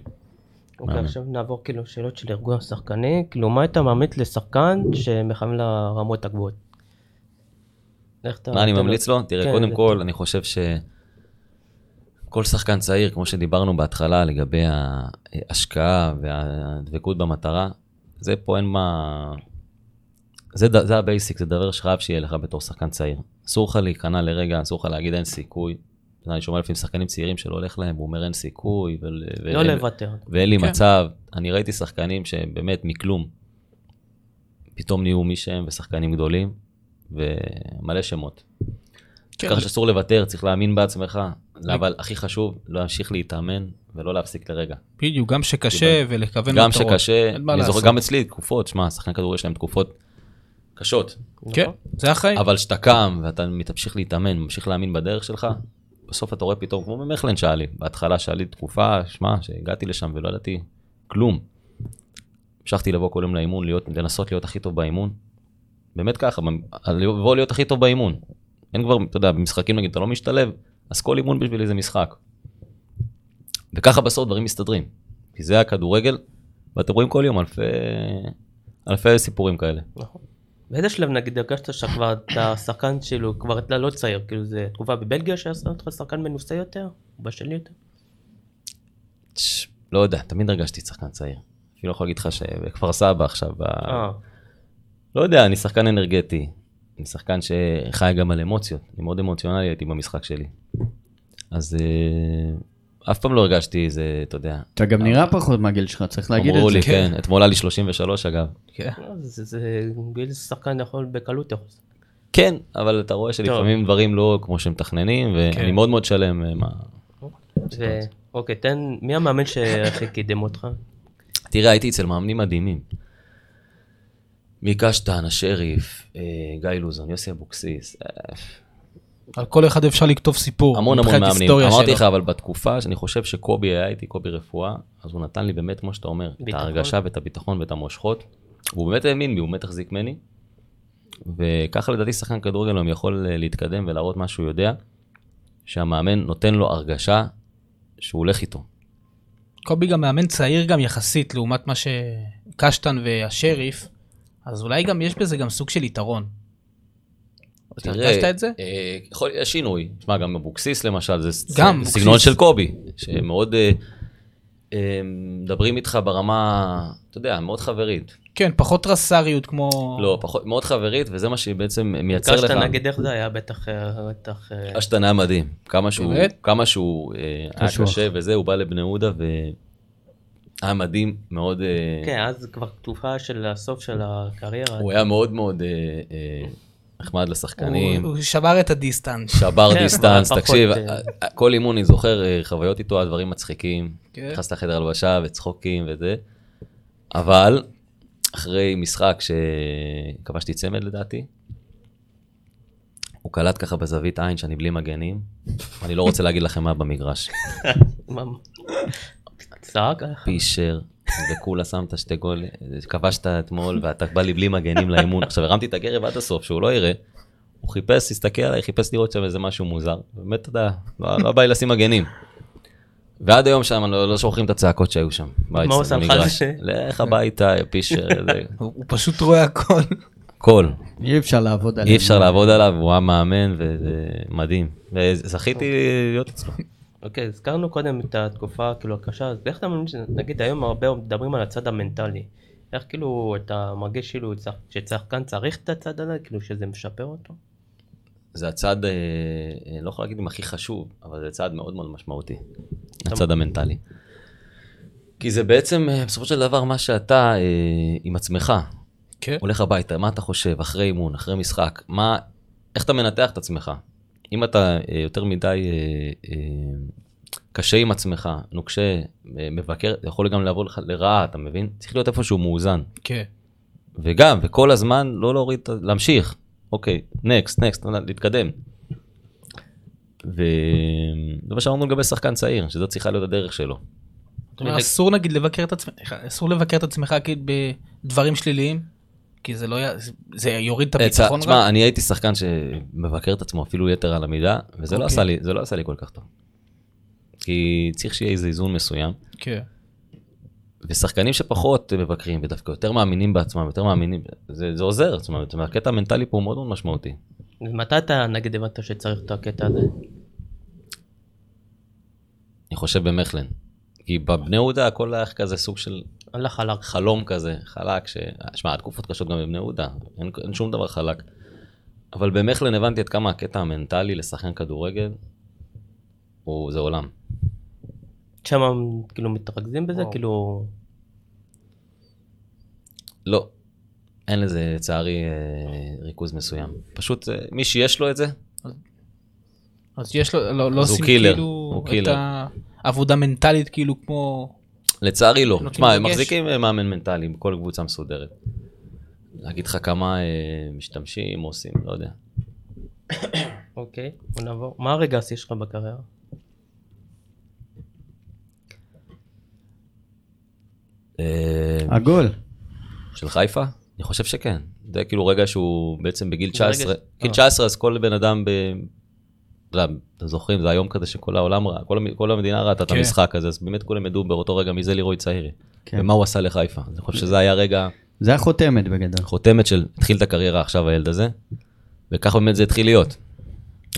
אוקיי, עכשיו נעבור כאילו שאלות של ארגון השחקני. כאילו, מה היית ממליץ לשחקן שמכוון לרמות הגבוהות? איך אתה... מה אני אתה- ממליץ לו? תראה, כן, קודם זה- כל, אני חושב שכל שחקן צעיר, כמו שדיברנו בהתחלה לגבי ההשקעה והדבקות במטרה, זה פה אין מה... זה, ד- זה הבייסיק, זה דבר שחייב שיהיה לך בתור שחקן צעיר. אסור לך להיכנע לרגע, אסור לך להגיד אין סיכוי. אתה יודע, אני שומע לפעמים שחקנים צעירים שלא הולך להם, והוא אומר אין סיכוי, ו... לא אה, לוותר. ואין לי כן. מצב. אני ראיתי שחקנים שהם באמת מכלום, פתאום נהיו מי שהם ושחקנים גדולים, ומלא שמות. כן, ככה שאסור לוותר, צריך להאמין בעצמך. אבל הכי חשוב, לא להמשיך להתאמן ולא להפסיק לרגע. בדיוק, גם שקשה ולכוון גם מטרות. שקשה, אין מה אני זוכר לעשות. גם אצלי תקופות, שמע, שחקני כדורגל יש להם תקופות קשות, נכון? כן, זה החיים. אבל כשאתה קם ואתה תמשיך להתאמן, ממשיך להאמין בדרך שלך, בסוף אתה רואה פתאום, כמו במכלן שהיה לי, בהתחלה שהיה לי תקופה, שמע, שהגעתי לשם ולא ידעתי כלום. המשכתי לבוא כל יום לאימון, להיות, לנסות להיות הכי טוב באימון. באמת ככה, במ- לבוא להיות הכי טוב באימון. אין כבר, אתה יודע, במשחקים נגיד אתה לא משתלב, אז כל אימון בשבילי זה משחק. וככה בסוף דברים מסתדרים. כי זה הכדורגל, ואתם רואים כל יום אלפי, אלפי סיפורים כאלה. נכון. באיזה שלב נגיד הרגשת שכבר אתה שחקן שלו, כבר אתה לא צעיר, כאילו זה תקופה בבלגיה שעשה אותך שחקן מנוסה יותר, בשל יותר? צ', לא יודע, תמיד הרגשתי שחקן צעיר. אפילו יכול להגיד לך שבכפר סבא עכשיו, ב- אה, לא יודע, אני שחקן אנרגטי. אני שחקן שחי גם על אמוציות. אני מאוד אמוציונלי הייתי במשחק שלי. אז אה, אף פעם לא הרגשתי איזה, אתה יודע. אתה גם נראה פחות מהגיל שלך, צריך להגיד אמרו את זה. לי, כן, אתמול היה לי 33 אגב. כן. אה, זה- זה גיל שחקן יכול בקלות יכול. כן, אבל אתה רואה שלפעמים דברים לא כמו שמתכננים, ואני כן. מאוד מאוד שלם. אה, מה... ו- אוקיי, תן, מי המאמן שהכי קידם אותך? תראה, הייתי אצל מאמנים מדהימים. מיקה שטן, השריף, אה, גיא לוזון, יוסי אבוקסיס, אה, על כל אחד אפשר לכתוב סיפור. המון המון מבחינת מאמנים. היסטוריה אמרתי שלו. לך, אבל בתקופה שאני חושב שקובי היה איתי, קובי רפואה, אז הוא נתן לי באמת, כמו שאתה אומר, את ביטחון. ההרגשה ואת הביטחון ואת המושכות. והוא באמת האמין בי, הוא באמת החזיק ממני. וככה לדעתי שחקן כדורגל היום יכול אה, להתקדם ולהראות מה שהוא יודע, שהמאמן נותן לו הרגשה שהוא הולך איתו. קובי גם מאמן צעיר גם יחסית, לעומת מה שקשטן והשריף, אז אולי גם יש בזה גם סוג של יתרון. אתה תראה, הרגשת את זה? אה, יכול, יש שינוי. שמע, גם אבוקסיס למשל, זה ס- גם, זה אבוקסיס. סגנון של קובי, שמאוד אה, אה, מדברים איתך ברמה, אתה יודע, מאוד חברית. כן, פחות רס"ריות כמו... לא, פחות, מאוד חברית, וזה מה שבעצם מייצר לך. ביקשת נגיד איך זה היה בטח, אה, בטח, אה, השתנה היה מדהים. כמה שהוא, באמת? כמה שהוא אה, היה קשוח. קשה וזה, הוא בא לבני יהודה והיה מדהים מאוד. אה, כן, אז כבר תקופה של הסוף של הקריירה. הוא היה מאוד מאוד אה, אה, נחמד לשחקנים. הוא הוא שבר את הדיסטנס. שבר כן, דיסטנס, הוא היה תקשיב, פחות, אה, כל אימון אני זוכר אה, חוויות איתו, הדברים מצחיקים, כן. נכנס לחדר הלבשה וצחוקים וזה, אבל אחרי משחק שכבשתי צמד לדעתי, הוא קלט ככה בזווית עין שאני בלי מגנים, אני לא רוצה להגיד לכם מה במגרש. מה- צעק עליך? פישר, וכולה שמת שתי גול, כבשת אתמול ואתה בא לי בלי מגנים לאימון. עכשיו הרמתי את הגרב עד הסוף, שהוא לא יראה. הוא חיפש, הסתכל עליי, חיפש לראות שם איזה משהו מוזר. באמת, אתה יודע, לא לא בא לי לשים מגנים. ועד היום שם, אני לא לא שוכחים את הצעקות שהיו שם. מה הוא עשה לך זה? לך הביתה, יא פישר, זה- הוא הוא פשוט רואה הכל. קול. אי אפשר לעבוד עליהם. אי אפשר לעבוד עליו, הוא היה מאמן, וזה מדהים. וזכיתי להיות אצלו. אוקיי, הזכרנו קודם את התקופה כאילו הקשה, אז איך אתה מאמין שזה, נגיד היום הרבה מדברים על הצד המנטלי. איך כאילו אתה מרגיש כאילו צח- ששחקן צריך את הצד הזה, כאילו שזה משפר אותו? זה הצעד, אה, אה, לא יכול להגיד אם הכי חשוב, אבל זה צעד מאוד מאוד משמעותי, הצעד המנטלי. כי זה בעצם, אה, בסופו של דבר, מה שאתה אה, עם עצמך, כן. הולך הביתה, מה אתה חושב, אחרי אימון, אחרי משחק, מה, איך אתה מנתח את עצמך? אם אתה אה, יותר מדי אה, אה, קשה עם עצמך, נוקשה, אה, מבקר, זה יכול גם לבוא לך לרעה, אתה מבין? צריך להיות איפשהו מאוזן. כן. וגם, וכל הזמן לא להוריד, את ה- להמשיך. אוקיי, נקסט, נקסט, להתקדם. וזה מה שאמרנו לגבי שחקן צעיר, שזו צריכה להיות הדרך שלו. זאת אומרת, אסור נגיד לבקר את עצמך, אסור לבקר את עצמך כאילו בדברים שליליים, כי זה לא, י- זה- זה יוריד את הביטחון רק. תשמע, אני הייתי שחקן שמבקר את עצמו אפילו יתר על המידה, וזה לא אוקיי. עשה לי, זה לא עשה לי כל כך טוב. כי צריך שיהיה איזה איזון מסוים. כן. ושחקנים שפחות מבקרים ודווקא יותר מאמינים בעצמם, יותר מאמינים, זה, זה עוזר, זאת אומרת, הקטע המנטלי פה הוא מאוד מאוד משמעותי. מתי אתה נגיד הבנת שצריך את הקטע הזה? אני חושב במכלן. כי בבני יהודה הכל היה כזה סוג של הלך על הרחב. חלום כזה, חלק, ש... שמע, התקופות קשות גם בבני יהודה, אין, אין שום דבר חלק. אבל במכלן הבנתי עד כמה הקטע המנטלי לשחקן כדורגל, הוא, זה עולם. שם כאילו מתרכזים בזה, וואו. כאילו... לא, אין לזה, לצערי, אה, ריכוז מסוים. פשוט אה, מי שיש לו את זה, אז יש לו, לא- לא אז הוא עושים קילר, כאילו הוא את קילר. העבודה מנטלית כאילו כמו, לצערי לא. נותנים תשמע, הם דגש. מחזיקים אה, מאמן מנטלי בכל קבוצה מסודרת. להגיד לך כמה אה, משתמשים, עושים, לא יודע. אוקיי, בוא נעבור. מה הרגע השיא שלך בקריירה? אה, עגול. של חיפה? אני חושב שכן. זה כאילו רגע שהוא בעצם בגיל זה רגע 19. ש- בגיל אה. 19 אז כל בן אדם, ב... אתה יודע, אתם זוכרים, זה היום כזה שכל העולם ראה, כל, המ- כל המדינה ראתה את כן. המשחק הזה, אז באמת כולם ידעו באותו רגע מי זה לירוי צעירי. כן. ומה הוא עשה לחיפה. אני חושב שזה היה רגע זה היה חותמת בגדול. חותמת של התחיל את הקריירה עכשיו הילד הזה, וכך באמת זה התחיל להיות.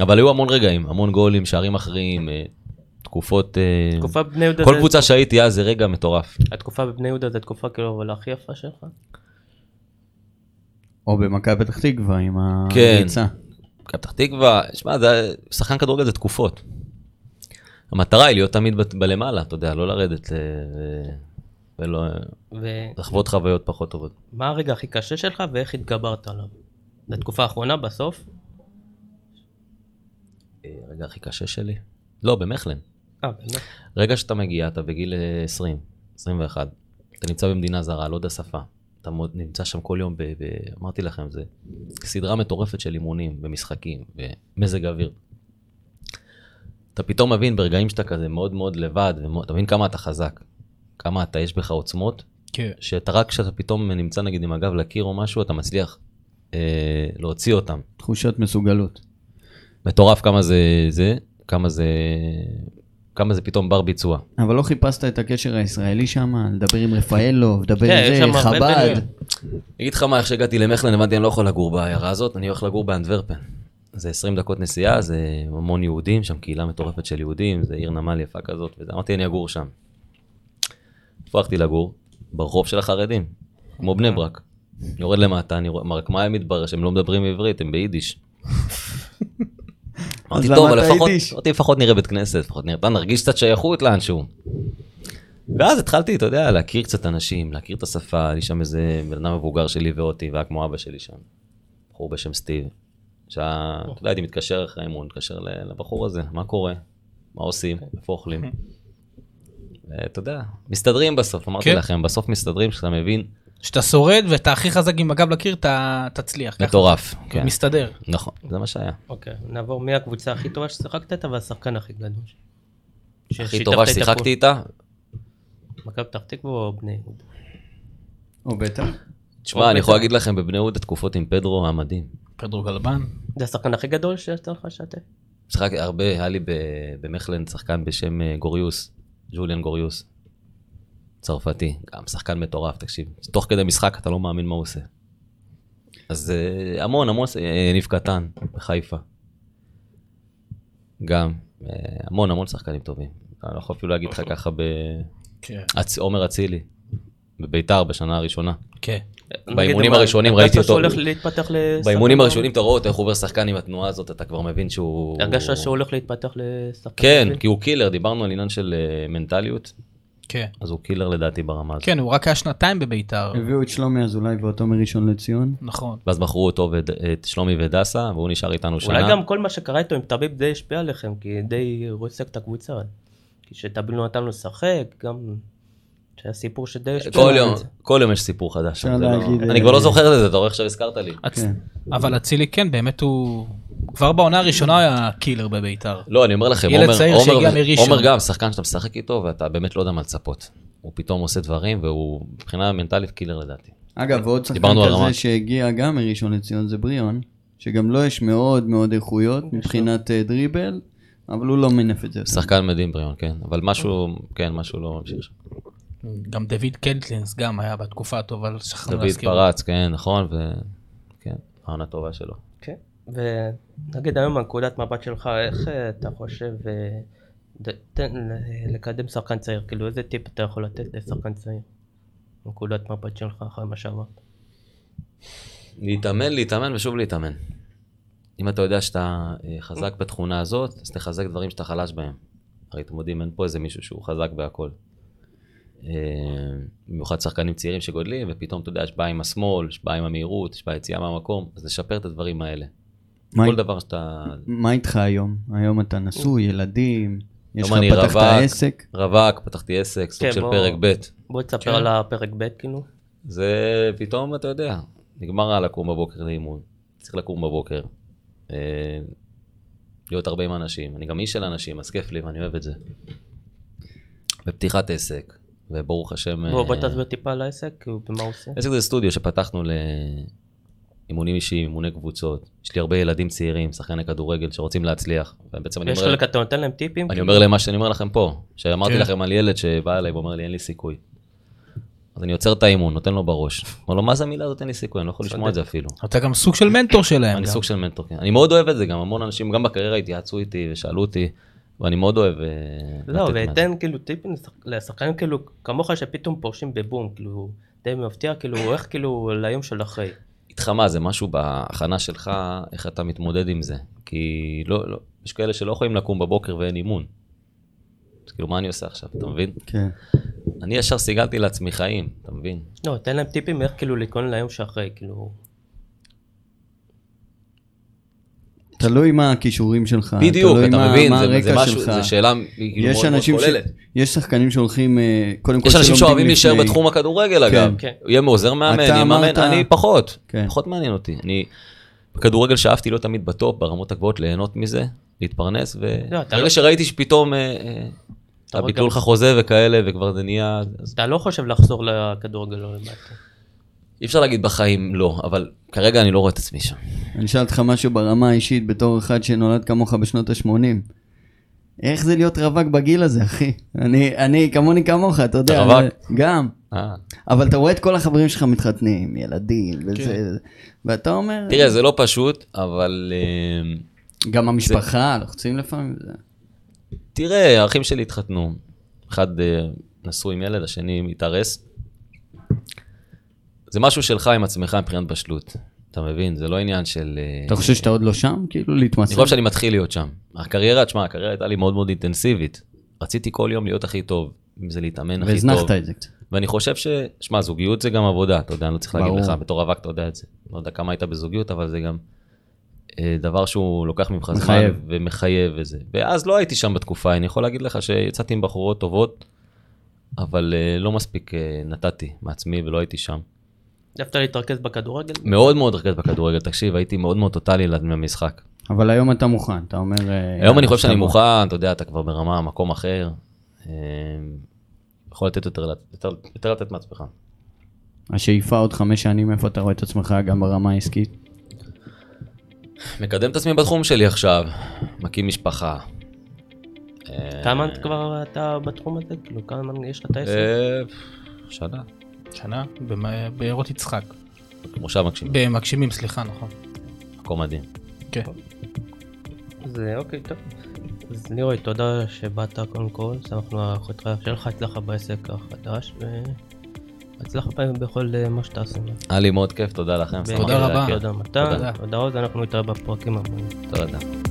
אבל היו המון רגעים, המון גולים, שערים אחרים, אה, תקופות... אה, תקופה בבני יהודה כל זה- קבוצה שהייתי אז זה רגע מטורף. התקופה בבני יהודה זה תקופה כאילו אבל הכי יפה שלך? או במכבי פתח תקווה עם כן. הריצה. מכבי פתח תקווה, שמע, זה- שחקן כדורגל זה תקופות. המטרה היא להיות תמיד ב- בלמעלה, אתה יודע, לא לרדת אה, ו- ולא... אה, ומה לחוות חוויות פחות טובות. הרגע הכי קשה שלך ואיך התגברת עליו? זו התקופה האחרונה בסוף? אה, הרגע הכי קשה שלי? לא, במכלן. אה, באמת? רגע שאתה מגיע, אתה בגיל אה, 20, 21, אתה נמצא במדינה זרה, לא יודע שפה. אתה מוד- נמצא שם כל יום, ב, ב, אמרתי לכם, זה סדרה מטורפת של אימונים ומשחקים ומזג אוויר. אתה פתאום מבין ברגעים שאתה כזה מאוד מאוד לבד, ומאוד- אתה מבין כמה אתה חזק, כמה אתה, יש בך עוצמות, כן. שאתה רק כשאתה פתאום נמצא נגיד עם הגב לקיר או משהו, אתה מצליח אה, להוציא אותם. תחושת מסוגלות. מטורף כמה זה זה, כמה זה, כמה זה פתאום בר ביצוע. אבל לא חיפשת את הקשר הישראלי שם? לדבר עם רפאלוב, לדבר כן, עם יש זה, שם הרבה חב"ד. ביניהם. אני אגיד לך מה, איך שהגעתי למכלן, הבנתי, אני לא יכול לגור בעיירה הזאת, אני הולך לגור באנטוורפן. זה 20 דקות נסיעה, זה המון יהודים, שם קהילה מטורפת של יהודים, זה עיר נמל יפה כזאת, וזה- אמרתי, אני אגור שם. הפרחתי לגור ברחוב של החרדים, כמו אה. בני ברק. אני יורד למטה, אני רואה, רק מה היה מתברר? שהם לא מדברים עברית, [laughs] הם ביידיש. אמרתי, אז טוב, למדת אבל לפחות, יידיש." אמרתי, לפחות נראה בית כנסת, לפחות נראה, נרגיש קצת שייכות לאנשהו. ואז התחלתי, אתה יודע, להכיר קצת אנשים, להכיר את השפה, היה לי שם איזה בן אדם מבוגר שלי ואותי, והיה כמו אבא שלי שם, בחור בשם סטיב. שהיה, אתה יודע, הייתי מתקשר אחרי אימון, מתקשר ל- לבחור הזה, מה קורה? מה עושים? איפה אוכלים? ואתה יודע, מסתדרים בסוף, אמרתי כן. לכם, בסוף מסתדרים כשאתה מבין שאתה שורד ואתה הכי חזק עם הגב לקיר, אתה תצליח. ככה. מטורף, כן. מסתדר. נכון, זה מה שהיה. אוקיי, נעבור מהקבוצה הכי טובה ששיחקת איתה והשחקן הכי גדול. הכי טובה ששיתפת את ששיחקתי איתה, הפועל. מכבי פתח תקווה או בני יהודה? או בטח. תשמע, אני יכול להגיד לכם, בבני יהודה תקופות עם פדרו היה מדהים. פדרו גלבן. זה השחקן הכי גדול שיצא לך שאתה? שיחק הרבה, היה לי ב- במכלן שחקן בשם אה, גוריוס, ג'וליאן גוריוס, צרפתי, גם שחקן מטורף, תקשיב. תוך כדי משחק אתה לא מאמין מה הוא עושה. אז אה, המון, המון, אה, יניב קטן, בחיפה. גם, אה, המון, המון שחקנים טובים. אני לא יכול אפילו להגיד לך ככה ב... כן. אצ- עומר אצילי, בביתר בשנה הראשונה. כן. באימונים הראשונים ראיתי אותו. הרגשת שהוא הולך להתפתח לשחקן? באימונים הראשונים אתה רואה אותו איך הוא עובר שחקן עם התנועה הזאת, אתה כבר מבין שהוא... הרגשת שהוא הולך להתפתח לשחקן? כן, ראשי? כי הוא קילר, דיברנו על עניין של אה, מנטליות, כן. אז הוא קילר לדעתי ברמה הזאת. כן, הוא רק היה שנתיים בביתר. הביאו את שלומי אזולאי ואותו מראשון לציון. נכון. ואז מכרו אותו ואת את שלומי ודסה, והוא נשאר איתנו שנה. אולי גם כל מה שקרה איתו עם טביב די השפיע עליכם, כי די ריסק את הקבוצה. כי שטביב לא נתן לו לשחק, גם... שהיה סיפור שדי השפיע כל על יום, זה. כל יום יש סיפור חדש. אפשר זה לא- להגיד, אני אה, כבר לא זוכר את זה, אתה רואה עכשיו הזכרת לי. הצ- כן. אבל אצילי כן, באמת הוא... כבר בעונה הראשונה היה קילר בביתר. לא, אני אומר לכם, ילד עומר, צעיר עומר, שהגיע ו- מראשון. עומר גם שחקן שאתה משחק איתו ואתה באמת לא יודע מה לצפות. הוא פתאום עושה דברים והוא מבחינה מנטלית קילר לדעתי. אגב, ועוד שחקן דיברנו על רמת. כזה שהגיע גם מראשון לציון זה בריאון, שגם לו יש מאוד מאוד איכויות מבחינת אה, דריבל, אבל הוא לא מנף את זה. שחקן מדהים בריאון, כן, אבל משהו, כן, משהו לא ממשיך שם. גם דוד קלטלינס גם היה בתקופה הטובה, אבל שכחנו דוד להזכיר. פרץ, כן, נכון, ו... כן, העונה טובה שלו. כן, ונגיד היום מנקודת מבט שלך, איך אה, אתה חושב אה, ד- תן ל- לקדם שחקן צעיר? כאילו איזה טיפ אתה יכול לתת לשחקן צעיר? מנקודת מבט שלך אחרי מה שאמרת. להתאמן, להתאמן ושוב להתאמן. אם אתה יודע שאתה אה, חזק בתכונה הזאת, אז תחזק דברים שאתה חלש בהם. הרי אתם יודעים, אין פה איזה מישהו שהוא חזק בהכל. אה, במיוחד שחקנים צעירים שגודלים, ופתאום אתה יודע, יש בעיה עם השמאל, יש בעיה עם המהירות, יש בעיה יציאה מהמקום, אז לשפר את הדברים האלה. מה- כל דבר שאתה... מה איתך היום? היום אתה נשוי, ילדים, יש היום אני לך פתחת רווק. עסק? רווק, פתחתי עסק, סוג כן, של בוא. פרק ב'. בוא תספר כן. על הפרק ב' כאילו. זה פתאום, אתה יודע, נגמר לקום בבוקר לאימון. צריך לקום בבוקר. אה, להיות הרבה עם אנשים. אני גם איש של אנשים, אז כיף לי ואני אוהב את זה. ופתיחת עסק, וברוך השם... בוא אה, בוא תסביר טיפה על העסק, כאילו במה הוא עושה. עסק זה סטודיו שפתחנו לאימונים אישיים, אימוני קבוצות. יש לי הרבה ילדים צעירים, שחקני כדורגל, שרוצים להצליח. ובעצם אני יש אומר, חלק אתה נותן להם טיפים? כאילו? אני אומר להם מה שאני אומר לכם פה, שאמרתי כן. לכם על ילד שבא אליי ואומר לי אין לי סיכוי. אז אני עוצר את האימון, נותן לו בראש. אומר לו, מה זה המילה הזאת אין לי סיכוי, אני לא יכול לשמוע את זה אפילו. אתה גם סוג של מנטור שלהם. אני גם. סוג של מנטור, כן. אני מאוד אוהב את זה, גם המון אנשים, גם בקריירה התייעצו איתי ושאלו אותי, ואני מאוד אוהב... אה, לא, לתת מה- ותן כאילו טיפים לשח- לשחקנים כאילו כמוך שפתאום פורשים בבום, כאילו די מפתיע, כאילו איך כאילו ליום של אחרי. איתך מה, זה משהו בהכנה שלך, איך אתה מתמודד עם זה. כי לא, לא, יש כאלה שלא יכולים לקום בבוקר ואין אימון. אז כאילו, מה אני עושה עכשיו, אתה מבין? כן. אני ישר סיגלתי לעצמי חיים, אתה מבין? לא, תן להם טיפים איך כאילו להתכונן ליום שאחרי, כאילו... תלוי מה הכישורים שלך, בדיוק, אה, תלוי אתה מה מבין, מה זה- זה הרקע משהו, שלך. זו שאלה כאילו יש מאוד מאוד אנשים ש- כוללת. יש שחקנים שהולכים, אה, קודם כל יש אנשים שלומדים שאוהבים להישאר לפני. בתחום הכדורגל כן. אגב. כן. יהיה מעוזר מאמן, אתה יהיה מאמן, אמרת- אני פחות. כן. פחות מעניין אותי. אני בכדורגל שאפתי לא תמיד בטופ, ברמות הגבוהות, ליהנות מזה, להתפרנס, ו- לא, אתה ברגע לא- שראיתי שפתאום... אה, אה, רואה ביטלו גם- לך חוזה וכאלה, וכבר זה נהיה... אז אתה לא חושב לחזור לכדורגל או למטה. אי אפשר להגיד בחיים לא, אבל כרגע אני לא רואה את עצמי שם. אני אשאל אותך משהו ברמה האישית, בתור אחד שנולד כמוך בשנות ה-80. איך זה להיות רווק בגיל הזה, אחי? אני, אני כמוני כמוך, אתה יודע. אתה רווק? אבל- גם. אה. אבל אתה רואה את כל החברים שלך מתחתנים, ילדים, כן. וזה, ואתה אומר, תראה, זה לא פשוט, אבל... אה, גם המשפחה, לוחצים לפעמים. זה- תראה, האחים שלי התחתנו. אחד אה, נשוי עם ילד, השני מתארס. זה משהו שלך עם עצמך מבחינת בשלות. אתה מבין? זה לא עניין של... אה, אתה חושב שאתה עוד לא שם? כאילו, אני להתמצא? חושב שאני מתחיל להיות שם. הקריירה, תשמע, הקריירה הייתה לי מאוד מאוד אינטנסיבית. רציתי כל יום להיות הכי טוב, אם זה להתאמן הכי טוב. והזנחת את זה קצת. ואני חושב ש... שמע, זוגיות זה גם עבודה, אתה יודע, אני לא צריך להגיד ברור. לך, בתור רווק אתה יודע את זה. לא יודע כמה היית בזוגיות, אבל זה גם אה, דבר שהוא לוקח ממך זמן מחייב. ומחייב וזה. ואז לא הייתי שם בתקופה, אני יכול להגיד לך שיצאתי עם בחורות טובות, אבל אה, לא מספיק אה, נתתי מעצמי ולא הייתי שם. דווקא להתרכז בכדורגל? מאוד מאוד רכז בכדורגל, תקשיב, הייתי מאוד מאוד טוטאלי למשחק. אבל היום אתה מוכן, אתה אומר... אה, היום אני חושב שאני שאתה מוכן, אתה יודע, אתה כבר ברמה, מקום אחר. אה, יכול לתת יותר, יותר, יותר לתת מעצמך. השאיפה עוד חמש שנים, איפה אתה רואה את עצמך גם ברמה העסקית? מקדם את עצמי בתחום שלי עכשיו, מקים משפחה. אה, כמה כבר אתה בתחום הזה? כאילו, כמה יש לך את העסק? אה, שנה. שנה? במ- בעיירות יצחק. מושב מקשיב, במגשימים, סליחה, נכון. מקום מדהים. כן. זה אוקיי, טוב. אז לירוי, תודה שבאת קודם כל, שמחנו על אחותך, שיהיה לך הצלחה בעסק החדש, והצלחה בכל אה, מה שתעשה. היה לי מאוד כיף, תודה לכם. שמחתי תודה רבה. להכיר. תודה מתן, תודה. תודה עוז, אנחנו נתראה בפרקים הבאים. תודה.